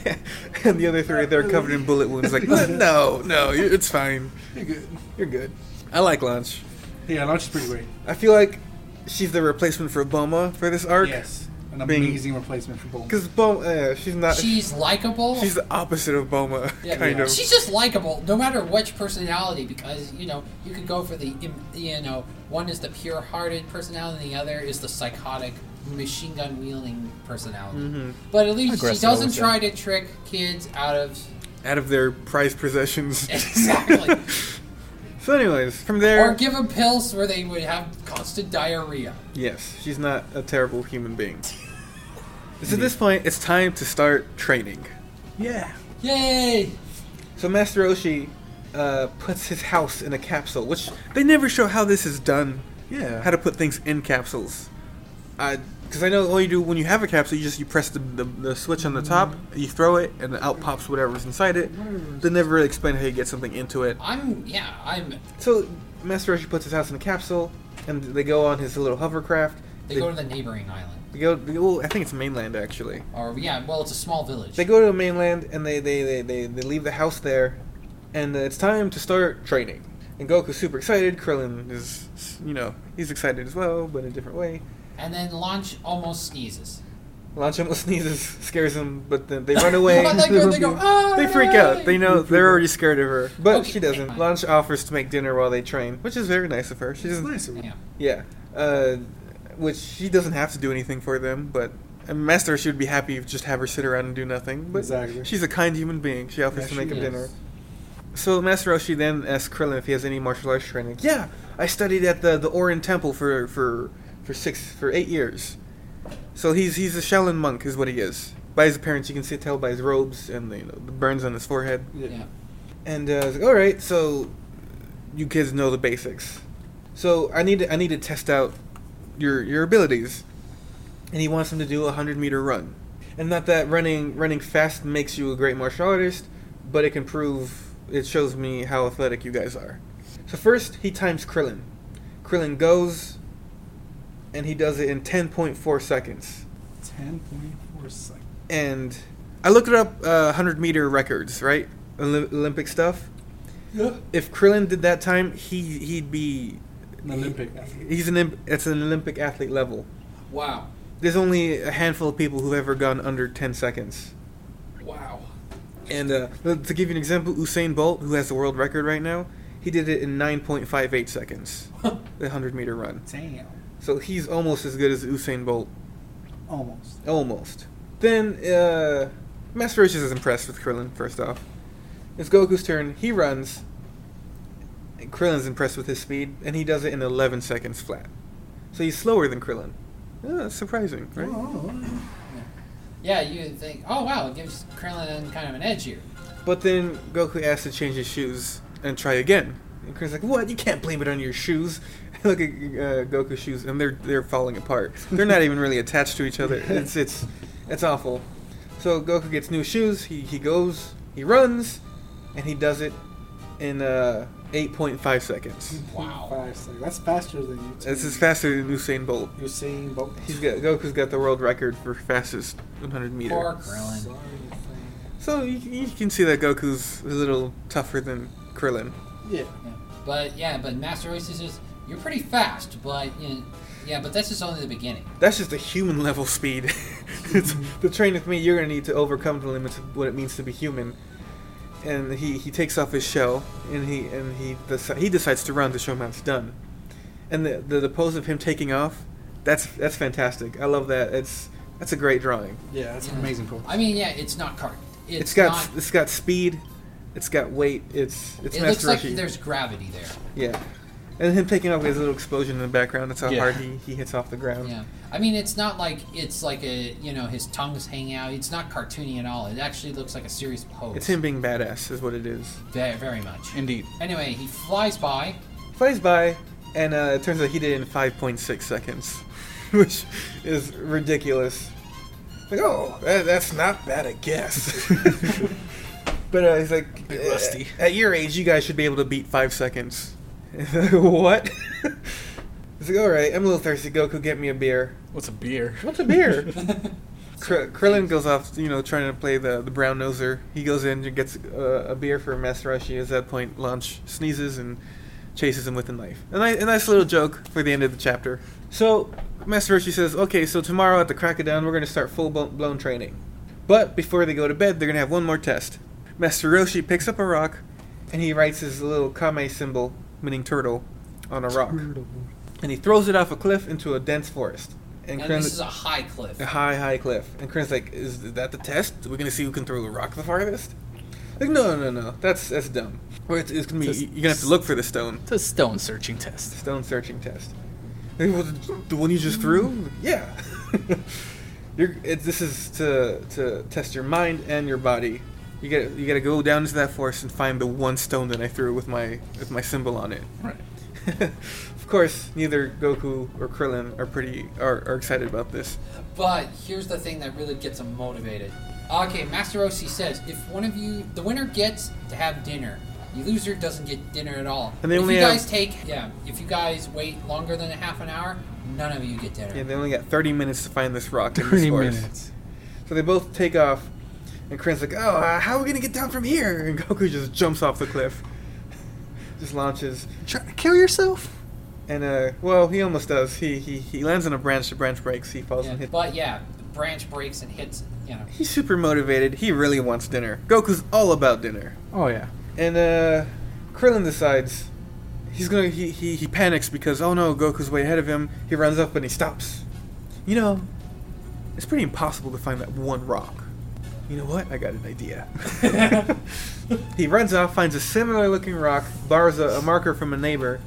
Speaker 1: and the other three, they're covered in bullet wounds. Like, no, no, you- it's fine.
Speaker 2: You're good.
Speaker 1: You're good. I like Launch.
Speaker 2: Yeah, launch is pretty great.
Speaker 1: I feel like she's the replacement for Boma for this arc.
Speaker 2: Yes, an
Speaker 1: Being-
Speaker 2: amazing replacement for Bowman.
Speaker 1: Because Boma, uh, she's not.
Speaker 3: She's likable.
Speaker 1: she's the opposite of Boma,
Speaker 3: Yeah,
Speaker 1: kind
Speaker 3: yeah.
Speaker 1: of.
Speaker 3: She's just likable, no matter which personality, because you know you could go for the im- you know one is the pure-hearted personality, and the other is the psychotic machine gun wielding personality.
Speaker 1: Mhm.
Speaker 3: But at least
Speaker 2: Aggressive,
Speaker 3: she
Speaker 2: I would
Speaker 3: doesn't
Speaker 2: say.
Speaker 3: try to trick kids out of
Speaker 1: Out of their prized possessions.
Speaker 3: exactly,
Speaker 1: so, anyways, from
Speaker 3: or
Speaker 1: there.
Speaker 3: give them pills where they would have constant diarrhea.
Speaker 1: yes, she's not a terrible human being. so, at this point, it's time to start training.
Speaker 2: Yeah.
Speaker 3: Yay!
Speaker 1: So Master Oshi uh, puts his house in a capsule, which they never show how this is done.
Speaker 2: Yeah.
Speaker 1: How to put things in capsules. Because I know all you do when you have a capsule, you just you press the, the, the switch on the top, you throw it, and out pops whatever's inside it. They never really explain how you get something into it.
Speaker 3: I'm yeah I'm.
Speaker 1: So Master Oshi puts his house in a capsule, and they go on his little hovercraft.
Speaker 3: They go to the neighboring island,
Speaker 1: they go, they go- I think it's mainland actually.
Speaker 3: or yeah, well it's a small village.
Speaker 1: They go to the mainland and they they, they, they, they leave the house there, and uh, it's time to start training. And Goku's super excited. Krillin is, you know, he's excited as well, but in a different way.
Speaker 3: and then launch almost sneezes.
Speaker 1: Launch almost sneezes, scares him, but then they run away.
Speaker 3: They go- they go, "Ah!"
Speaker 1: They freak out. They know they're already scared of her, but
Speaker 3: Okay.
Speaker 1: she doesn't. Launch offers to make dinner while they train, which is very nice of her. She
Speaker 2: It's
Speaker 1: doesn't.
Speaker 2: nice. of him.
Speaker 3: Yeah.
Speaker 1: Yeah, uh, which she doesn't have to do anything for them, but and Master she would be happy if just have her sit around and do nothing. But
Speaker 2: Exactly.
Speaker 1: she's a kind human being. She offers
Speaker 2: Yeah,
Speaker 1: to make
Speaker 2: she
Speaker 1: him
Speaker 3: is.
Speaker 1: dinner. So Master Roshi then asks Krillin if he has any martial arts training. Yeah, I studied at the the Orin Temple for for for six for eight years. So he's he's a Shaolin monk, is what he is. By his appearance, you can see tell by his robes and the, you know, the burns on his forehead.
Speaker 3: yeah.
Speaker 1: And uh, I was like, all right, so you kids know the basics. So I need to, I need to test out your your abilities. And he wants him to do a hundred meter run. And not that running running fast makes you a great martial artist, but it can prove it shows me how athletic you guys are. So first he times Krillin. Krillin goes, and he does it in ten point four seconds.
Speaker 2: Ten point four seconds.
Speaker 1: And I looked it up, uh, hundred meter records, right? Oli- Olympic stuff
Speaker 2: Yeah.
Speaker 1: if Krillin did that time, he he'd be
Speaker 2: An Olympic athlete.
Speaker 1: He's an im- it's an Olympic athlete level.
Speaker 3: Wow.
Speaker 1: There's only a handful of people who've ever gone under 10 seconds.
Speaker 3: Wow.
Speaker 1: And uh, to give you an example, Usain Bolt, who has the world record right now, he did it in 9.58 seconds, the 100 meter run.
Speaker 2: Damn.
Speaker 1: So he's almost as good as Usain Bolt,
Speaker 2: Almost.
Speaker 1: almost. Then uh, Master Roshi is impressed with Krillin. First off, it's Goku's turn. He runs. And Krillin's impressed with his speed, and he does it in 11 seconds flat. So he's slower than Krillin. Yeah, that's surprising, right?
Speaker 2: Oh.
Speaker 3: Yeah, you would think, oh wow, it gives Krillin kind of an edge here.
Speaker 1: But then Goku asks to change his shoes and try again. And Krillin's like, "What? You can't blame it on your shoes." Look at uh, Goku's shoes, and they're they're falling apart. They're not even really attached to each other. It's it's it's awful. So Goku gets new shoes. He he goes, he runs, and he does it in uh, 8.5 seconds.
Speaker 3: Wow.
Speaker 2: Five seconds. That's faster than you.
Speaker 1: This is faster than Usain Bolt.
Speaker 2: You're saying both.
Speaker 1: He's got Goku's got the world record for fastest 100 meter.
Speaker 3: Poor Krillin.
Speaker 1: So you, you can see that Goku's a little tougher than Krillin.
Speaker 2: Yeah.
Speaker 3: Yeah. But yeah, but Master Roshi is just, you're pretty fast, but you know, yeah, but that's just only the beginning.
Speaker 1: That's just the human level speed. it's, the train with me, you're gonna need to overcome the limits of what it means to be human. And he, he takes off his shell, and he and he deci- he decides to run to show him how it's done. And the, the the pose of him taking off, that's that's fantastic. I love that. It's that's a great drawing.
Speaker 2: Yeah. That's an
Speaker 3: Yeah.
Speaker 2: amazing pool.
Speaker 3: I mean, yeah, it's not cart. It's,
Speaker 1: it's got
Speaker 3: not,
Speaker 1: it's got speed, It's got weight. It's it's
Speaker 3: it looks
Speaker 1: Master
Speaker 3: like
Speaker 1: Roshi.
Speaker 3: there's gravity there.
Speaker 1: yeah, and him picking up his little explosion in the background. That's how
Speaker 2: Yeah.
Speaker 1: hard he, he hits off the ground.
Speaker 3: Yeah, I mean, it's not like it's like a you know his tongue's hanging out. It's not cartoony at all. It actually looks like a serious pose.
Speaker 1: It's him being badass, is what it is.
Speaker 3: very, very much.
Speaker 2: Indeed.
Speaker 3: Anyway, he flies by.
Speaker 1: Flies by, and uh, it turns out he did it in 5.6 seconds, which is ridiculous. Like, oh, that, that's not bad, I guess. but uh, he's like,
Speaker 2: Bit rusty.
Speaker 1: "Eh, At your age, you guys should be able to beat five seconds. what? he's like, all right, I'm a little thirsty. Goku, get me a beer.
Speaker 2: What's a beer?
Speaker 1: What's a beer? Kr- Krillin goes off, you know, trying to play the, the brown noser. He goes in and gets uh, a beer for Master Roshi. At that point, Lunch sneezes and chases him with a knife. A nice, a nice little joke for the end of the chapter. So, Master Roshi says, okay, so tomorrow at the crack of dawn, we're going to start full blown blown training. But before they go to bed, they're going to have one more test. Master Roshi picks up a rock and he writes his little kame symbol, meaning turtle, on a rock. And he throws it off a cliff into a dense forest.
Speaker 3: And,
Speaker 1: Krillin-
Speaker 3: this is a high cliff.
Speaker 1: a high, high cliff. And Kren's like, is that the test? We're gonna see who can throw the rock the farthest? Like, no, no, no, that's that's dumb. Or it's, it's gonna be,
Speaker 2: Just-
Speaker 1: you're gonna have to look for the stone,
Speaker 2: It's a stone searching test.
Speaker 1: stone searching test. Like, well, the the one you just threw? Yeah. you're, it, this is to to test your mind and your body. You got you got to go down into that forest and find the one stone that I threw with my with my symbol on it.
Speaker 2: Right.
Speaker 1: of course, neither Goku or Krillin are pretty are, are excited about this.
Speaker 3: But here's the thing that really gets them motivated. Okay, Master Roshi says if one of you, the winner gets to have dinner. The loser doesn't get dinner at all.
Speaker 1: And they
Speaker 3: if
Speaker 1: only
Speaker 3: you
Speaker 1: have-
Speaker 3: guys take, yeah, if you guys wait longer than a half an hour, none of you get dinner.
Speaker 1: Yeah, they only got 30 minutes to find this rock in this forest. So they both take off, and Kren's like, oh, uh, how are we going to get down from here? And Goku just jumps off the cliff, just launches.
Speaker 2: Try, kill yourself?
Speaker 1: And, uh, well, he almost does. He he, he lands on a branch, the branch breaks, he falls
Speaker 3: Yeah,
Speaker 1: and hits.
Speaker 3: but yeah, the branch breaks and hits. You know,
Speaker 1: He's super motivated. He really wants dinner. Goku's all about dinner.
Speaker 2: Oh, yeah.
Speaker 1: And uh, Krillin decides he's gonna. He, he he panics because oh no, Goku's way ahead of him. He runs up and he stops. You know, it's pretty impossible to find that one rock. You know what? I got an idea. he runs off, finds a similar looking rock, borrows a, a marker from a neighbor,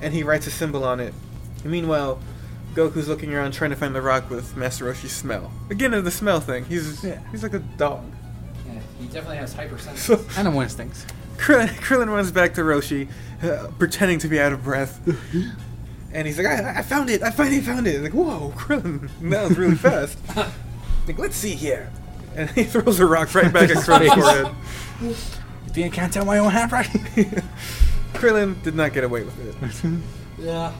Speaker 1: and he writes a symbol on it. And meanwhile, Goku's looking around trying to find the rock with Master Roshi's smell. Again, of the smell thing. He's
Speaker 2: Yeah.
Speaker 1: he's like a dog.
Speaker 3: yeah, he definitely has
Speaker 1: So
Speaker 3: hypersensitive.
Speaker 2: Animal instincts.
Speaker 1: Krillin, Krillin runs back to Roshi, uh, pretending to be out of breath. And he's like, I, I found it! I finally found it! Like, whoa, Krillin, that was really fast. like, let's see here. And he throws a rock right back at Krillin's forehead.
Speaker 2: You think I can't tell my own handwriting?
Speaker 1: Krillin did not get away with it.
Speaker 3: yeah.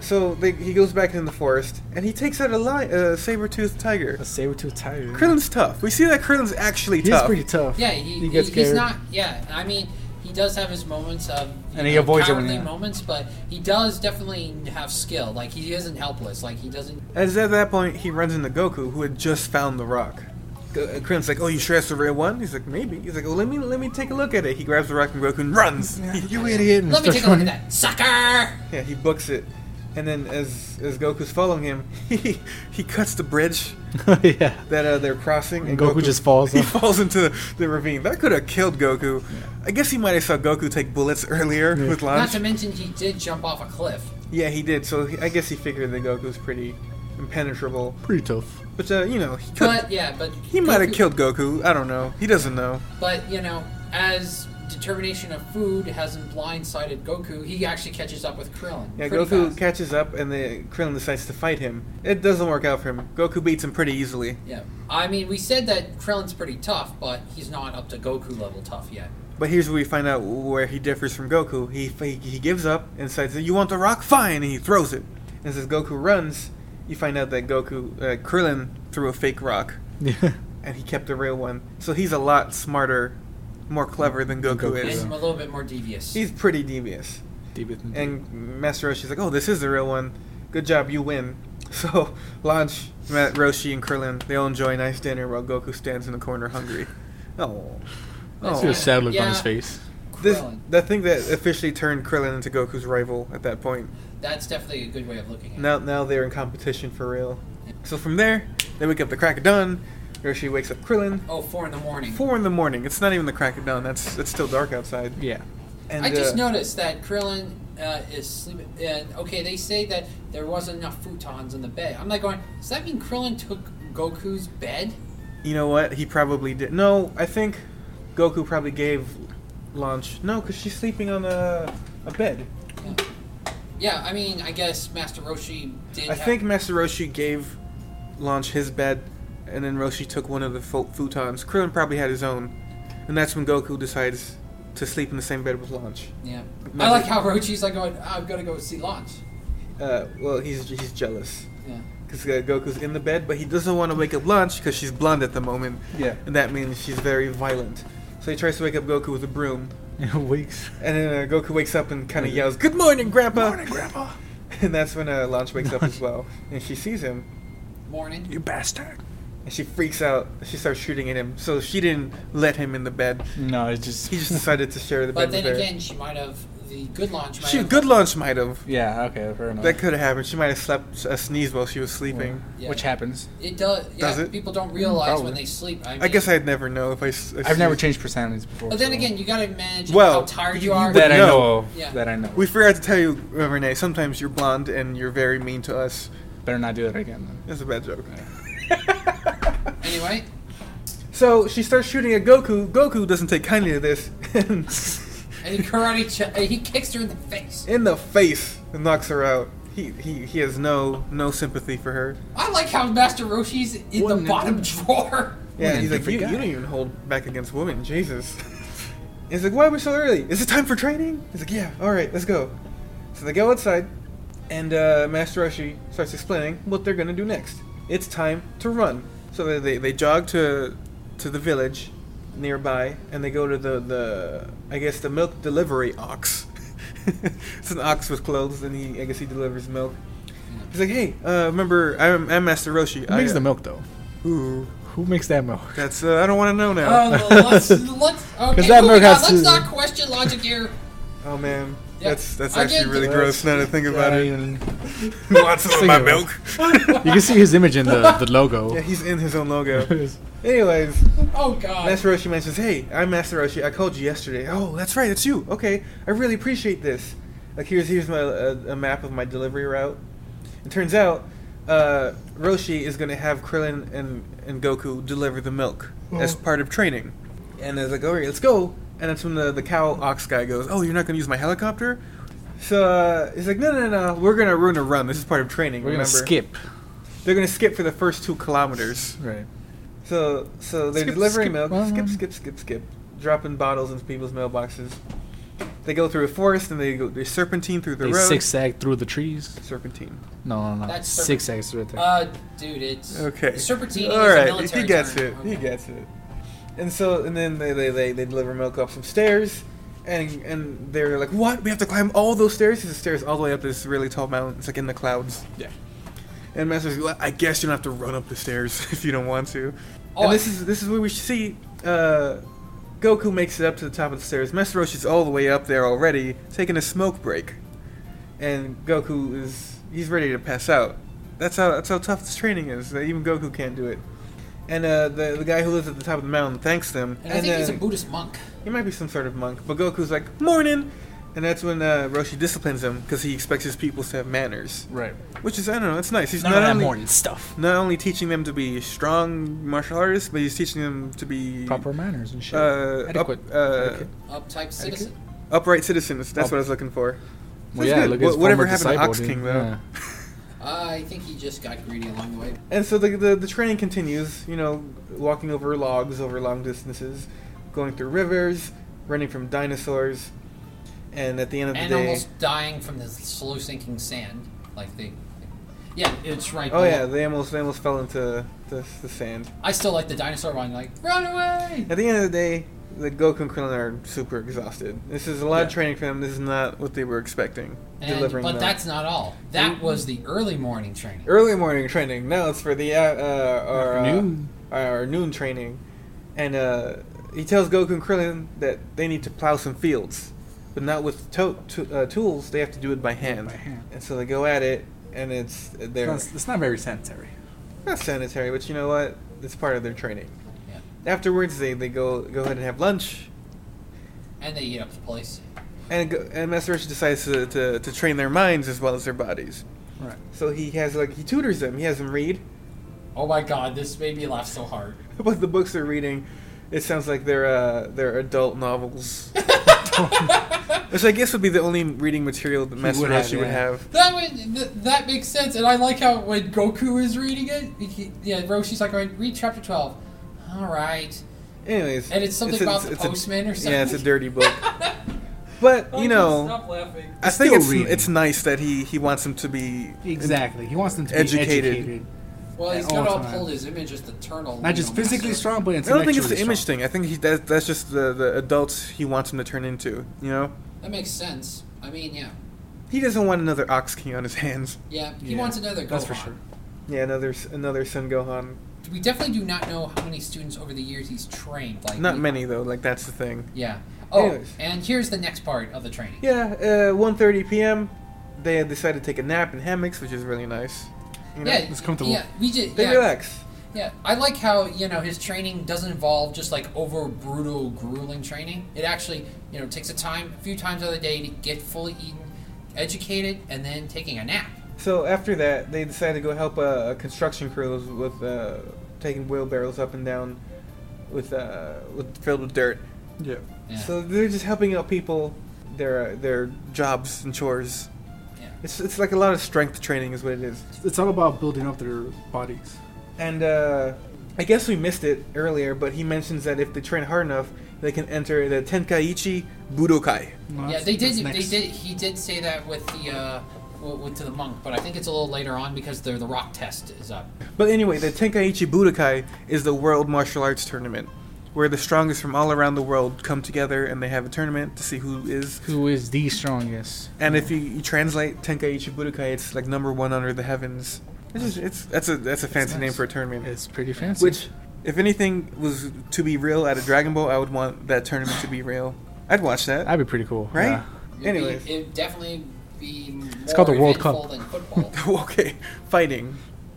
Speaker 1: So they, he goes back in the forest, and he takes out a li- uh, saber-toothed tiger.
Speaker 2: A saber tooth tiger.
Speaker 1: Krillin's tough. We see that Krillin's actually
Speaker 2: He's
Speaker 1: tough.
Speaker 2: pretty tough.
Speaker 3: Yeah, he,
Speaker 2: he
Speaker 3: he-
Speaker 2: gets
Speaker 3: he's
Speaker 2: scared.
Speaker 3: not. Yeah, I mean, he does have his moments of you
Speaker 2: And he avoids it when
Speaker 3: cowardly
Speaker 2: he-
Speaker 3: moments, but he does definitely have skill. Like he isn't helpless. Like he doesn't.
Speaker 1: As at that point, he runs into Goku, who had just found the rock. Go- uh, Krillin's like, "Oh, you sure that's the real one?" He's like, "Maybe." He's like, "Well, let me let me take a look at it." He grabs the rock and Goku and runs.
Speaker 2: Yeah, You idiot. and
Speaker 3: Let me
Speaker 2: starts
Speaker 3: take a look
Speaker 2: running.
Speaker 3: at that sucker.
Speaker 1: Yeah, he books it, and then as as Goku's following him, he he cuts the bridge
Speaker 2: yeah.
Speaker 1: that uh, they're crossing,
Speaker 2: And Goku just falls
Speaker 1: He
Speaker 2: off.
Speaker 1: falls into the, the ravine. That could have killed Goku. I guess he might have saw Goku take bullets earlier
Speaker 2: Yeah.
Speaker 1: with
Speaker 3: Not
Speaker 1: launch.
Speaker 3: to mention he did jump off a cliff.
Speaker 1: yeah, he did. So he, I guess he figured that Goku's pretty impenetrable.
Speaker 2: Pretty tough.
Speaker 1: But uh, you know, he could.
Speaker 3: But yeah, but
Speaker 1: he might have
Speaker 3: Goku-
Speaker 1: killed Goku. I don't know. He doesn't know.
Speaker 3: But you know, as determination of food hasn't blindsided Goku, he actually catches up with Krillin.
Speaker 1: Yeah,
Speaker 3: pretty
Speaker 1: Goku
Speaker 3: fast.
Speaker 1: catches up, and the Krillin decides to fight him. It doesn't work out for him. Goku beats him pretty easily.
Speaker 3: Yeah, I mean, we said that Krillin's pretty tough, but he's not up to Goku level tough yet.
Speaker 1: But here's where we find out where he differs from Goku. He he, he gives up and decides, "You want the rock? Fine!" And he throws it. And as Goku runs, you find out that Goku uh, Krillin threw a fake rock,
Speaker 2: Yeah.
Speaker 1: and he kept the real one. So he's a lot smarter, more clever than Goku,
Speaker 2: Goku,
Speaker 1: is.
Speaker 3: And a little bit more devious.
Speaker 1: He's pretty devious. And Master Roshi's like, "Oh, this is the real one. Good job, you win." So Launch, Matt, Roshi, and Krillin they all enjoy a nice dinner while Goku stands in the corner hungry. Oh,
Speaker 3: That's
Speaker 2: See a
Speaker 1: oh.
Speaker 3: just-
Speaker 2: sad look
Speaker 3: Yeah.
Speaker 2: on his face.
Speaker 1: This,
Speaker 3: Krillin.
Speaker 1: the thing that officially turned Krillin into Goku's rival at that point.
Speaker 3: That's definitely a good way of looking at it.
Speaker 1: Now, now they're in competition for real. So from there, they wake up the crack of dawn. Roshi wakes up Krillin.
Speaker 3: Oh, four in the morning.
Speaker 1: Four in the morning. It's not even the crack of dawn. That's it's still dark outside.
Speaker 2: Yeah.
Speaker 1: And,
Speaker 3: I just
Speaker 1: uh,
Speaker 3: noticed that Krillin uh, is sleeping. And okay, they say that there wasn't enough futons in the bed. I'm like going, does that mean Krillin took Goku's bed?
Speaker 1: You know what? He probably did. No, I think Goku probably gave lunch. No, because she's sleeping on a, a bed.
Speaker 3: Yeah. Yeah, I mean, I guess Master Roshi did.
Speaker 1: I
Speaker 3: have-
Speaker 1: think Master Roshi gave Launch his bed, and then Roshi took one of the fu- futons. Krillin probably had his own, and that's when Goku decides to sleep in the same bed with Launch.
Speaker 3: Yeah.
Speaker 1: Maybe-
Speaker 3: I like how Rochi's like going, I'm gonna go see Launch.
Speaker 1: Uh, well, he's he's jealous
Speaker 3: Yeah.
Speaker 1: because uh, Goku's in the bed, but he doesn't want to wake up Launch because she's blonde at the moment,
Speaker 2: Yeah.
Speaker 1: and that means she's very violent. So he tries to wake up Goku with a broom,
Speaker 2: Weeks.
Speaker 1: and then uh, Goku wakes up and kind of yells, "Good morning, Grandpa!"
Speaker 2: Mm-hmm. Morning, Grandpa.
Speaker 1: And that's when uh, Launch wakes up as well, and she sees him,
Speaker 3: Morning.
Speaker 2: You bastard.
Speaker 1: and she freaks out. She starts shooting at him. So she didn't let him in the bed.
Speaker 2: No, it's just.
Speaker 1: He just decided to share the bed
Speaker 3: But then
Speaker 1: with her.
Speaker 3: again, she might have. The good Launch might
Speaker 1: she
Speaker 3: have.
Speaker 1: good lunch might have.
Speaker 2: Yeah. Okay. Fair enough.
Speaker 1: That could have happened. She might have slept a sneeze while she was sleeping.
Speaker 3: Yeah.
Speaker 2: Which happens.
Speaker 3: It does. Yeah,
Speaker 1: Does it?
Speaker 3: people don't realize
Speaker 2: Probably.
Speaker 3: when they sleep. I, mean,
Speaker 1: I guess I'd never know if I. s- I
Speaker 2: I've never
Speaker 1: sneezed.
Speaker 2: changed percentages before.
Speaker 3: But then
Speaker 2: so-
Speaker 3: again, you gotta imagine
Speaker 1: Well,
Speaker 3: how tired
Speaker 1: you-
Speaker 3: you
Speaker 1: you
Speaker 3: are.
Speaker 1: would
Speaker 2: that I
Speaker 1: No.
Speaker 2: know. of.
Speaker 3: Yeah.
Speaker 2: That I know.
Speaker 1: We
Speaker 2: We
Speaker 1: forgot to tell you, uh, Renee. Sometimes you're blonde and you're very mean to us.
Speaker 2: better not do that again. Then.
Speaker 1: That's a bad joke.
Speaker 3: Anyway,
Speaker 1: so she starts shooting at Goku. Goku doesn't take kindly to this, and
Speaker 3: and he karate ch- uh, he kicks her in the face.
Speaker 1: in the face and knocks her out. He, he he has no no sympathy for her.
Speaker 3: I like how Master Roshi's in
Speaker 2: Wouldn't
Speaker 3: the
Speaker 2: it-
Speaker 3: bottom
Speaker 2: wouldn't
Speaker 3: drawer.
Speaker 1: Yeah,
Speaker 2: Women,
Speaker 1: he's like, you,
Speaker 2: different
Speaker 1: you
Speaker 2: guy."
Speaker 1: don't even hold back against women, Jesus. he's like, why are we so early? Is it time for training? He's like, yeah, all right, let's go. So they go outside, and uh, Master Roshi starts explaining what they're gonna do next. It's time to run. So they, they, they jog to to the village nearby, and they go to the, the I guess the milk delivery ox. it's an ox with clothes, and he I guess he delivers milk. He's like, hey, uh, remember I'm, I'm Master Roshi.
Speaker 2: Who makes
Speaker 1: I, uh,
Speaker 2: the milk though?
Speaker 1: Ooh.
Speaker 2: Who makes that milk?
Speaker 1: That's uh, I don't want to know now.
Speaker 3: Oh, let's, let's, okay,
Speaker 2: that
Speaker 3: moving
Speaker 2: Mercat's-
Speaker 3: on. let's not question logic here.
Speaker 1: oh man,
Speaker 3: Yeah.
Speaker 1: that's that's
Speaker 3: I
Speaker 1: actually
Speaker 3: get-
Speaker 1: really gross. Now to think about it,
Speaker 2: You
Speaker 1: want some of my
Speaker 2: Sing it.
Speaker 1: milk?
Speaker 2: can see his image in the, the logo.
Speaker 1: yeah, he's in his own logo. Anyways,
Speaker 3: Oh God.
Speaker 1: Master Roshi mentions, "Hey, I'm Master Roshi. I called you yesterday. Oh, that's right, it's you. Okay, I really appreciate this. Like here's here's my uh, a map of my delivery route. It turns out." Uh, Roshi is gonna have Krillin and, and Goku deliver the milk
Speaker 2: Oh.
Speaker 1: as part of training, and they're like, "All right, let's go." And that's when the, the cow ox guy goes, "Oh, you're not gonna use my helicopter?" So uh, he's like, "No, no, no, we're gonna ruin a run. This is part of training.
Speaker 2: We're gonna
Speaker 1: remember?
Speaker 2: skip.
Speaker 1: They're gonna skip for the first two kilometers.
Speaker 2: Right.
Speaker 1: So so they're
Speaker 2: Skip,
Speaker 1: delivering
Speaker 2: skip,
Speaker 1: milk.
Speaker 2: um,
Speaker 1: skip, skip, skip, skip. Dropping bottles into people's mailboxes. They go through a forest and they go they serpentine through the
Speaker 2: they
Speaker 1: road.
Speaker 2: zigzag through the trees.
Speaker 1: Serpentine.
Speaker 2: No, no, no.
Speaker 3: That's serp-
Speaker 2: zigzags through the
Speaker 3: Uh, dude, it's
Speaker 1: Okay.
Speaker 3: Serpentine
Speaker 1: All
Speaker 3: is
Speaker 1: right,
Speaker 3: a military
Speaker 1: he gets
Speaker 3: term.
Speaker 1: it. He
Speaker 3: Okay.
Speaker 1: gets it. And so and then they they, they, they deliver milk up some stairs. And, and they're like, what? We have to climb all those stairs? There's stairs all the way up this really tall mountain. It's like in the clouds.
Speaker 2: yeah.
Speaker 1: And Master's like, well, I guess you don't have to run up the stairs if you don't want to.
Speaker 3: Oh,
Speaker 1: and
Speaker 3: I-
Speaker 1: this is this is where we see uh, Goku makes it up to the top of the stairs. Master Roshi's all the way up there already, taking a smoke break. And Goku is he's ready to pass out. That's how that's how tough this training is. That even Goku can't do it. And uh, the the guy who lives at the top of the mountain thanks them.
Speaker 3: And I think he's a
Speaker 1: uh,
Speaker 3: Buddhist monk.
Speaker 1: he might be some sort of monk, but Goku's like morning, and that's when uh, Roshi disciplines him because he expects his pupils to have manners,
Speaker 2: Right.
Speaker 1: which is I don't know, it's nice. He's
Speaker 2: None
Speaker 1: not
Speaker 2: of that
Speaker 1: only
Speaker 2: morning stuff.
Speaker 1: not only teaching them to be strong martial artists, but he's teaching them to be
Speaker 2: Proper manners and shit.
Speaker 1: uh, up,
Speaker 2: Adequate.
Speaker 1: uh,
Speaker 3: Uptype citizen.
Speaker 1: upright citizens. That's
Speaker 2: Up-
Speaker 1: what I was looking for.
Speaker 2: Well,
Speaker 1: That's
Speaker 2: yeah,
Speaker 1: good.
Speaker 2: look at
Speaker 1: Wha-
Speaker 2: his
Speaker 1: whatever
Speaker 2: former
Speaker 1: happened to
Speaker 2: disciple,
Speaker 1: Ox
Speaker 2: dude.
Speaker 1: King, though?
Speaker 2: Yeah.
Speaker 3: Uh, I think he just got greedy along the way.
Speaker 1: And so the, the the training continues. You know, walking over logs over long distances, going through rivers, running from dinosaurs, and at the end of the
Speaker 3: and
Speaker 1: day,
Speaker 3: almost dying from the slow sinking sand. Like they, yeah, it's right.
Speaker 1: oh yeah,
Speaker 3: below.
Speaker 1: they almost they almost fell into the, the sand.
Speaker 3: I still like the dinosaur one. Like run away.
Speaker 1: At the end of the day, the Goku and Krillin are super exhausted. This is a lot of
Speaker 2: Yeah.
Speaker 1: training for them. This is not what they were expecting.
Speaker 3: And, but
Speaker 1: delivering milk.
Speaker 3: that's not all. That was the early morning training.
Speaker 1: early morning training. Now it's for the uh, uh, our, uh,
Speaker 2: Noon.
Speaker 1: our noon training, and uh, he tells Goku and Krillin that they need to plow some fields, but not with to- to- uh, tools. They have to do it by hand.
Speaker 2: By hand.
Speaker 1: And so they go at it, and it's they're
Speaker 2: It's, it's not very sanitary.
Speaker 1: not sanitary, but you know what? it's part of their training.
Speaker 3: Yeah.
Speaker 1: Afterwards, they, they go go ahead and have lunch,
Speaker 3: And they eat up the place.
Speaker 1: and go, and Master Roshi decides to, to, to train their minds as well as their bodies.
Speaker 2: Right.
Speaker 1: So he has like he tutors them. He has them read
Speaker 3: Oh my god, this made me laugh so hard.
Speaker 1: what the books they're reading. It sounds like they're uh, they're adult novels, which I guess would be the only reading material that Master
Speaker 2: would have,
Speaker 1: Roshi would
Speaker 2: yeah.
Speaker 1: have.
Speaker 3: That would, th- that makes sense, and I like how when Goku is reading it, he, yeah, Roshi's like, "All right, read chapter twelve. All right.
Speaker 1: Anyways,
Speaker 3: And it's something
Speaker 1: a-
Speaker 3: about the
Speaker 1: a-
Speaker 3: postman or
Speaker 1: Yeah, it's a
Speaker 3: something.
Speaker 1: dirty book. But you know,
Speaker 3: stop laughing.
Speaker 1: I think
Speaker 2: Still
Speaker 1: it's
Speaker 2: reading.
Speaker 1: it's nice that he he wants him to be
Speaker 2: Exactly. He wants them to
Speaker 1: Educated.
Speaker 2: be educated.
Speaker 3: Well, he's
Speaker 2: At
Speaker 3: got
Speaker 2: all
Speaker 3: to
Speaker 2: times.
Speaker 3: uphold his image as the eternal.
Speaker 2: Not just
Speaker 3: Leo
Speaker 2: physically
Speaker 3: master.
Speaker 2: strong, but
Speaker 1: I
Speaker 2: intellectually
Speaker 1: don't think it's the image
Speaker 2: strong.
Speaker 1: thing. I think he, that that's just the the adults he wants him to turn into. You know,
Speaker 3: That makes sense. I mean, yeah,
Speaker 1: he doesn't want another Ox King on his hands.
Speaker 3: yeah. He
Speaker 2: Yeah,
Speaker 3: wants another.
Speaker 2: That's for
Speaker 3: Gohan.
Speaker 2: sure.
Speaker 1: Yeah, another another Son Gohan.
Speaker 3: We definitely do not know how many students over the years he's trained. Like
Speaker 1: Not
Speaker 3: we-
Speaker 1: many though. Like that's the thing.
Speaker 3: Yeah. Oh,
Speaker 1: Anyways.
Speaker 3: and here's the next part of the training.
Speaker 1: Yeah, uh, 1.30 p.m. They had decided to take a nap in hammocks, which is really nice. You know?
Speaker 3: Yeah,
Speaker 2: It's comfortable.
Speaker 3: Yeah, we did.
Speaker 1: They
Speaker 3: yeah,
Speaker 1: relax.
Speaker 3: Yeah, I like how you know his training doesn't involve just like over brutal, grueling training. It actually you know takes a time, a few times out of the day to get fully eaten, educated, and then taking a nap.
Speaker 1: So after that, they decided to go help a, a construction crew with uh, taking wheelbarrows up and down with, uh, with filled with dirt.
Speaker 2: Yeah.
Speaker 3: Yeah.
Speaker 1: So they're just helping out people, their their jobs and chores.
Speaker 3: yeah.
Speaker 1: It's, it's like a lot of strength training is what it is.
Speaker 2: It's all about building up their bodies.
Speaker 1: And uh, I guess we missed it earlier, but he mentions that if they train hard enough, they can enter the Tenkaichi Budokai.
Speaker 2: Well,
Speaker 3: Yeah,
Speaker 2: that's-
Speaker 3: they did.
Speaker 2: that's
Speaker 3: They
Speaker 2: next.
Speaker 3: did. He did say that with the uh, w- with to the monk, but I think it's a little later on because the the rock test is up.
Speaker 1: But anyway, the Tenkaichi Budokai is the world martial arts tournament where the strongest from all around the world come together and they have a tournament to see who is.
Speaker 2: Who is the strongest?
Speaker 1: And if you, you translate Tenkaichi Budokai, it's like number one under the heavens. It's just, it's that's a that's a fancy
Speaker 2: nice.
Speaker 1: name for a tournament.
Speaker 2: It's pretty fancy.
Speaker 1: Which, if anything was to be real at a Dragon Ball, I would want that tournament to be real. I'd watch that,
Speaker 2: that'd be pretty cool.
Speaker 1: right?
Speaker 2: Yeah.
Speaker 3: It'd be-
Speaker 1: Anyways,
Speaker 3: it'd definitely be. More
Speaker 2: called the World Cup.
Speaker 3: eventful Than football.
Speaker 1: okay, fighting,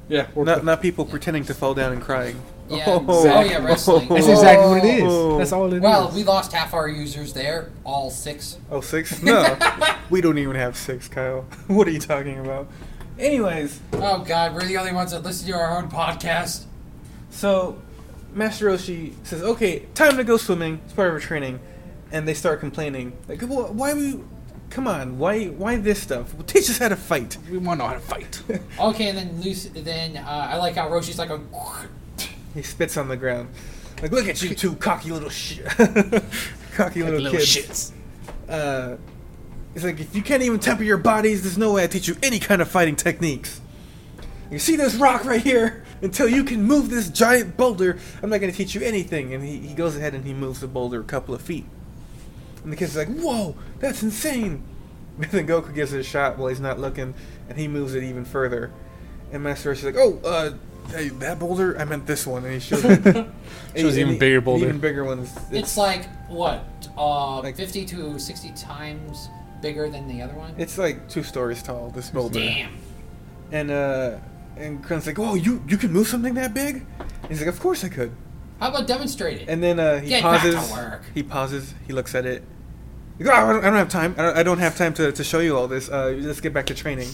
Speaker 2: Yeah.
Speaker 1: not not people pretending to fall down and crying. Oh.
Speaker 3: Yeah, oh, yeah, wrestling.
Speaker 2: That's
Speaker 3: Oh.
Speaker 2: exactly what it is. That's all it is.
Speaker 3: well, we lost half our users there, all six.
Speaker 1: Oh, six? No. we don't even have six, Kyle. What are you talking about? Anyways,
Speaker 3: Oh God, we're the only ones that listen to our own podcast.
Speaker 1: so Master Roshi says, okay, time to go swimming. It's part of our training. And they start complaining. Like, "Wh- why we. Come on, why why this stuff? Well, teach us how to fight.
Speaker 2: we want to know how to fight.
Speaker 3: Okay, and then Lucy, then uh, I like how Roshi's like a.
Speaker 1: He spits on the ground. Like, look at you two cocky little shit. cocky little,
Speaker 2: Little
Speaker 1: kids.
Speaker 2: shits.
Speaker 1: Uh, it's like, if you can't even temper your bodies, there's no way I teach you any kind of fighting techniques. You see this rock right here? Until you can move this giant boulder, I'm not going to teach you anything. And he, he goes ahead and he moves the boulder a couple of feet. And the kid's like, whoa, that's insane. And then Goku gives it a shot while he's not looking, and he moves it even further. And Master Roshi's like, oh, uh, hey, that boulder? I meant this one. And he shows it.
Speaker 2: Shows
Speaker 1: And
Speaker 2: even
Speaker 1: he-
Speaker 2: bigger
Speaker 1: an
Speaker 2: boulder.
Speaker 1: Even bigger ones.
Speaker 3: It's like what, uh,
Speaker 1: Like-
Speaker 3: fifty to sixty times bigger than the other one.
Speaker 1: It's like two stories tall, this boulder.
Speaker 3: Damn.
Speaker 1: And uh and Kren's like, Whoa, you you can move something that big? And he's like, Of course I could.
Speaker 3: How about demonstrate it?
Speaker 1: And then uh he
Speaker 3: Get back to
Speaker 1: pauses.
Speaker 3: work.
Speaker 1: He pauses, he looks at it. He goes, "Oh, I, don't, I don't have time. I don't, I don't have time to, to show you all this. Uh, let's get back to training.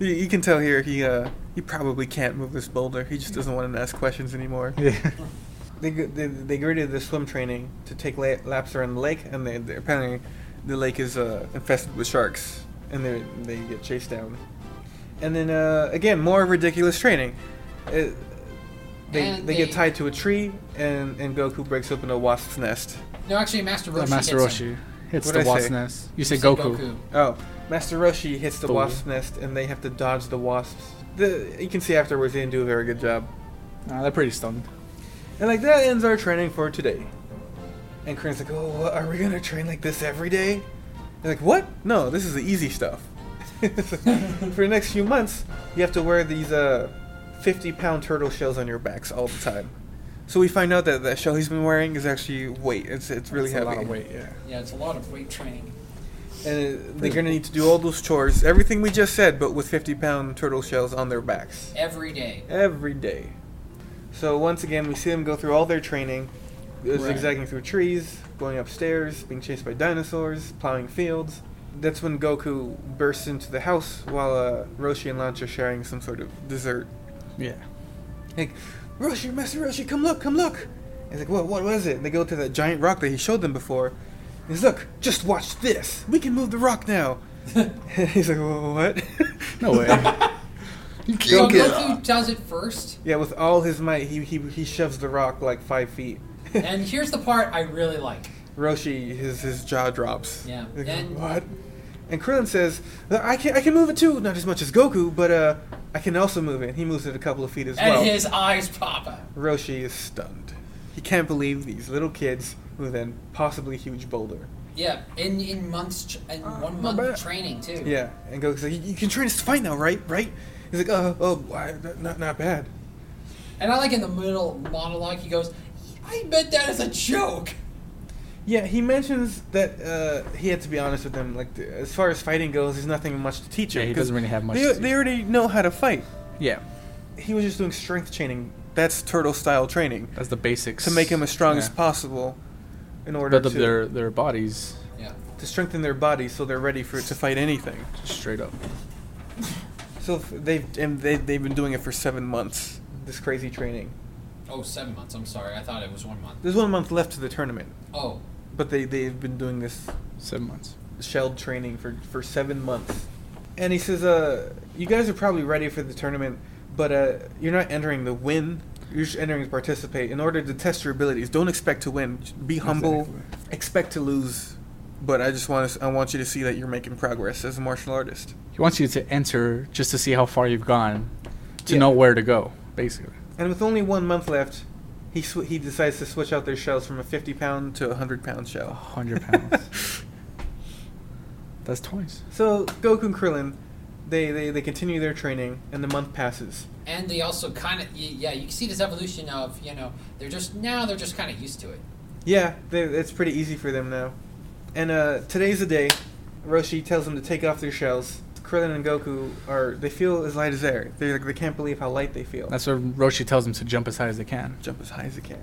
Speaker 1: You, you can tell here he uh, he probably can't move this boulder. He just doesn't want to ask questions anymore.
Speaker 2: yeah.
Speaker 1: They go- they, they go to the swim training to take la- laps around the lake, and they, they apparently the lake is uh, infested with sharks, and they they get chased down. And then uh, again, more ridiculous training. It, they, they,
Speaker 3: And
Speaker 1: get
Speaker 3: they-
Speaker 1: tied to a tree, and, and Goku breaks open a wasp's nest.
Speaker 3: no, actually, Master
Speaker 2: The
Speaker 3: Roshi.
Speaker 2: Master
Speaker 3: hits him.
Speaker 2: Roshi hits
Speaker 1: What'd
Speaker 2: the
Speaker 1: I
Speaker 2: wasp
Speaker 1: say?
Speaker 2: nest. You say
Speaker 3: Said
Speaker 2: Goku.
Speaker 1: Oh, Master Roshi hits the
Speaker 2: The-
Speaker 1: wasp's nest, and they have to dodge the wasps. The, you can see afterwards they didn't do a very good job.
Speaker 2: Nah, they're pretty stoned.
Speaker 1: And like that ends our training for today. And Corinne's like, oh, what, are we gonna train like this every day? They're like, what? No, this is the easy stuff. for the next few months, you have to wear these uh, 50 pound turtle shells on your backs all the time. So we find out that that shell he's been wearing is actually weight. It's it's really
Speaker 2: It's
Speaker 1: heavy.
Speaker 2: a lot of weight. Yeah.
Speaker 3: Yeah, it's a lot of weight training.
Speaker 1: And uh, they're gonna need to do all those chores, everything we just said, but with 50 pound turtle shells on their backs
Speaker 3: every day.
Speaker 1: every day. So once again, we see them go through all their training, uh,
Speaker 3: Right.
Speaker 1: zigzagging through trees, going upstairs, being chased by dinosaurs, plowing fields. That's when Goku bursts into the house while uh, Roshi and Lanch are sharing some sort of dessert.
Speaker 2: Yeah.
Speaker 1: Like, Roshi, Master Roshi, come look, come look. He's like, what, what was it? And they go to that giant rock that he showed them before. He's look, just watch this. We can move the rock now. He's like, "Wha- what?
Speaker 2: No way.
Speaker 3: So
Speaker 4: Goku-
Speaker 3: Goku does it first,
Speaker 1: yeah, with all his might, he, he, he shoves the rock like five feet.
Speaker 3: and here's the part I really like.
Speaker 1: Roshi, his his jaw drops.
Speaker 3: Yeah,
Speaker 1: Like,
Speaker 3: and-
Speaker 1: what? And Krillin says, I can I can move it too, not as much as Goku, but uh, I can also move it. He moves it a couple of feet as
Speaker 3: And
Speaker 1: well.
Speaker 3: his eyes pop out.
Speaker 1: Roshi is stunned. He can't believe these little kids with an possibly huge boulder.
Speaker 3: Yeah, in in months, tr- in one
Speaker 1: not
Speaker 3: month
Speaker 1: bad.
Speaker 3: training too.
Speaker 1: Yeah, and Goku's like, you can train us to fight now, right? Right? He's like, oh, oh, I, not not bad.
Speaker 3: And I like in the middle monologue, he goes, "I meant that as a joke."
Speaker 1: Yeah, he mentions that uh, he had to be honest with them. Like, th- as far as fighting goes, there's nothing much to teach him.
Speaker 2: Yeah, he
Speaker 1: 'cause
Speaker 2: doesn't really have much
Speaker 1: They,
Speaker 2: to teach.
Speaker 1: they already know how to fight.
Speaker 2: yeah.
Speaker 1: he was just doing strength training. That's turtle style training
Speaker 2: That's the basics.
Speaker 1: to make him as strong as
Speaker 2: Yeah.
Speaker 1: possible, in order
Speaker 2: Build
Speaker 1: to,
Speaker 2: up their, their bodies
Speaker 3: Yeah.
Speaker 1: to strengthen their body so they're ready for to fight anything.
Speaker 2: straight up.
Speaker 1: So f- they've and they they've been doing it for seven months. This crazy training.
Speaker 3: Oh, seven months. I'm sorry. I thought it was one month.
Speaker 1: There's one month left to the tournament,
Speaker 3: Oh,
Speaker 1: but they they've been doing this
Speaker 2: Seven months.
Speaker 1: shelled training for for seven months. And he says, "Uh, you guys are probably ready for the tournament, but uh, you're not entering to win. You're just entering to participate. In order to test your abilities, don't expect to win. Be humble.
Speaker 2: Exactly.
Speaker 1: Expect to lose, but I just want to, I want you to see that you're making progress as a martial artist.
Speaker 2: He wants you to enter just to see how far you've gone, to
Speaker 1: Yeah.
Speaker 2: know where to go, basically.
Speaker 1: And with only one month left, he sw- he decides to switch out their shells from a 50 pound to a 100 pound shell.
Speaker 2: 100 pounds. That's twice.
Speaker 1: so Goku and Krillin, they, they they continue their training, and the month passes.
Speaker 3: and they also kind of yeah. You can see this evolution of you know they're just now they're just kind of used to it.
Speaker 1: Yeah, they, it's pretty easy for them now. And uh, today's the day. Roshi tells them to take off their shells. Krillin and Goku are they feel as light as air. They they can't believe how light they feel.
Speaker 2: That's what Roshi tells them to jump as high as they can.
Speaker 1: jump as high as they can.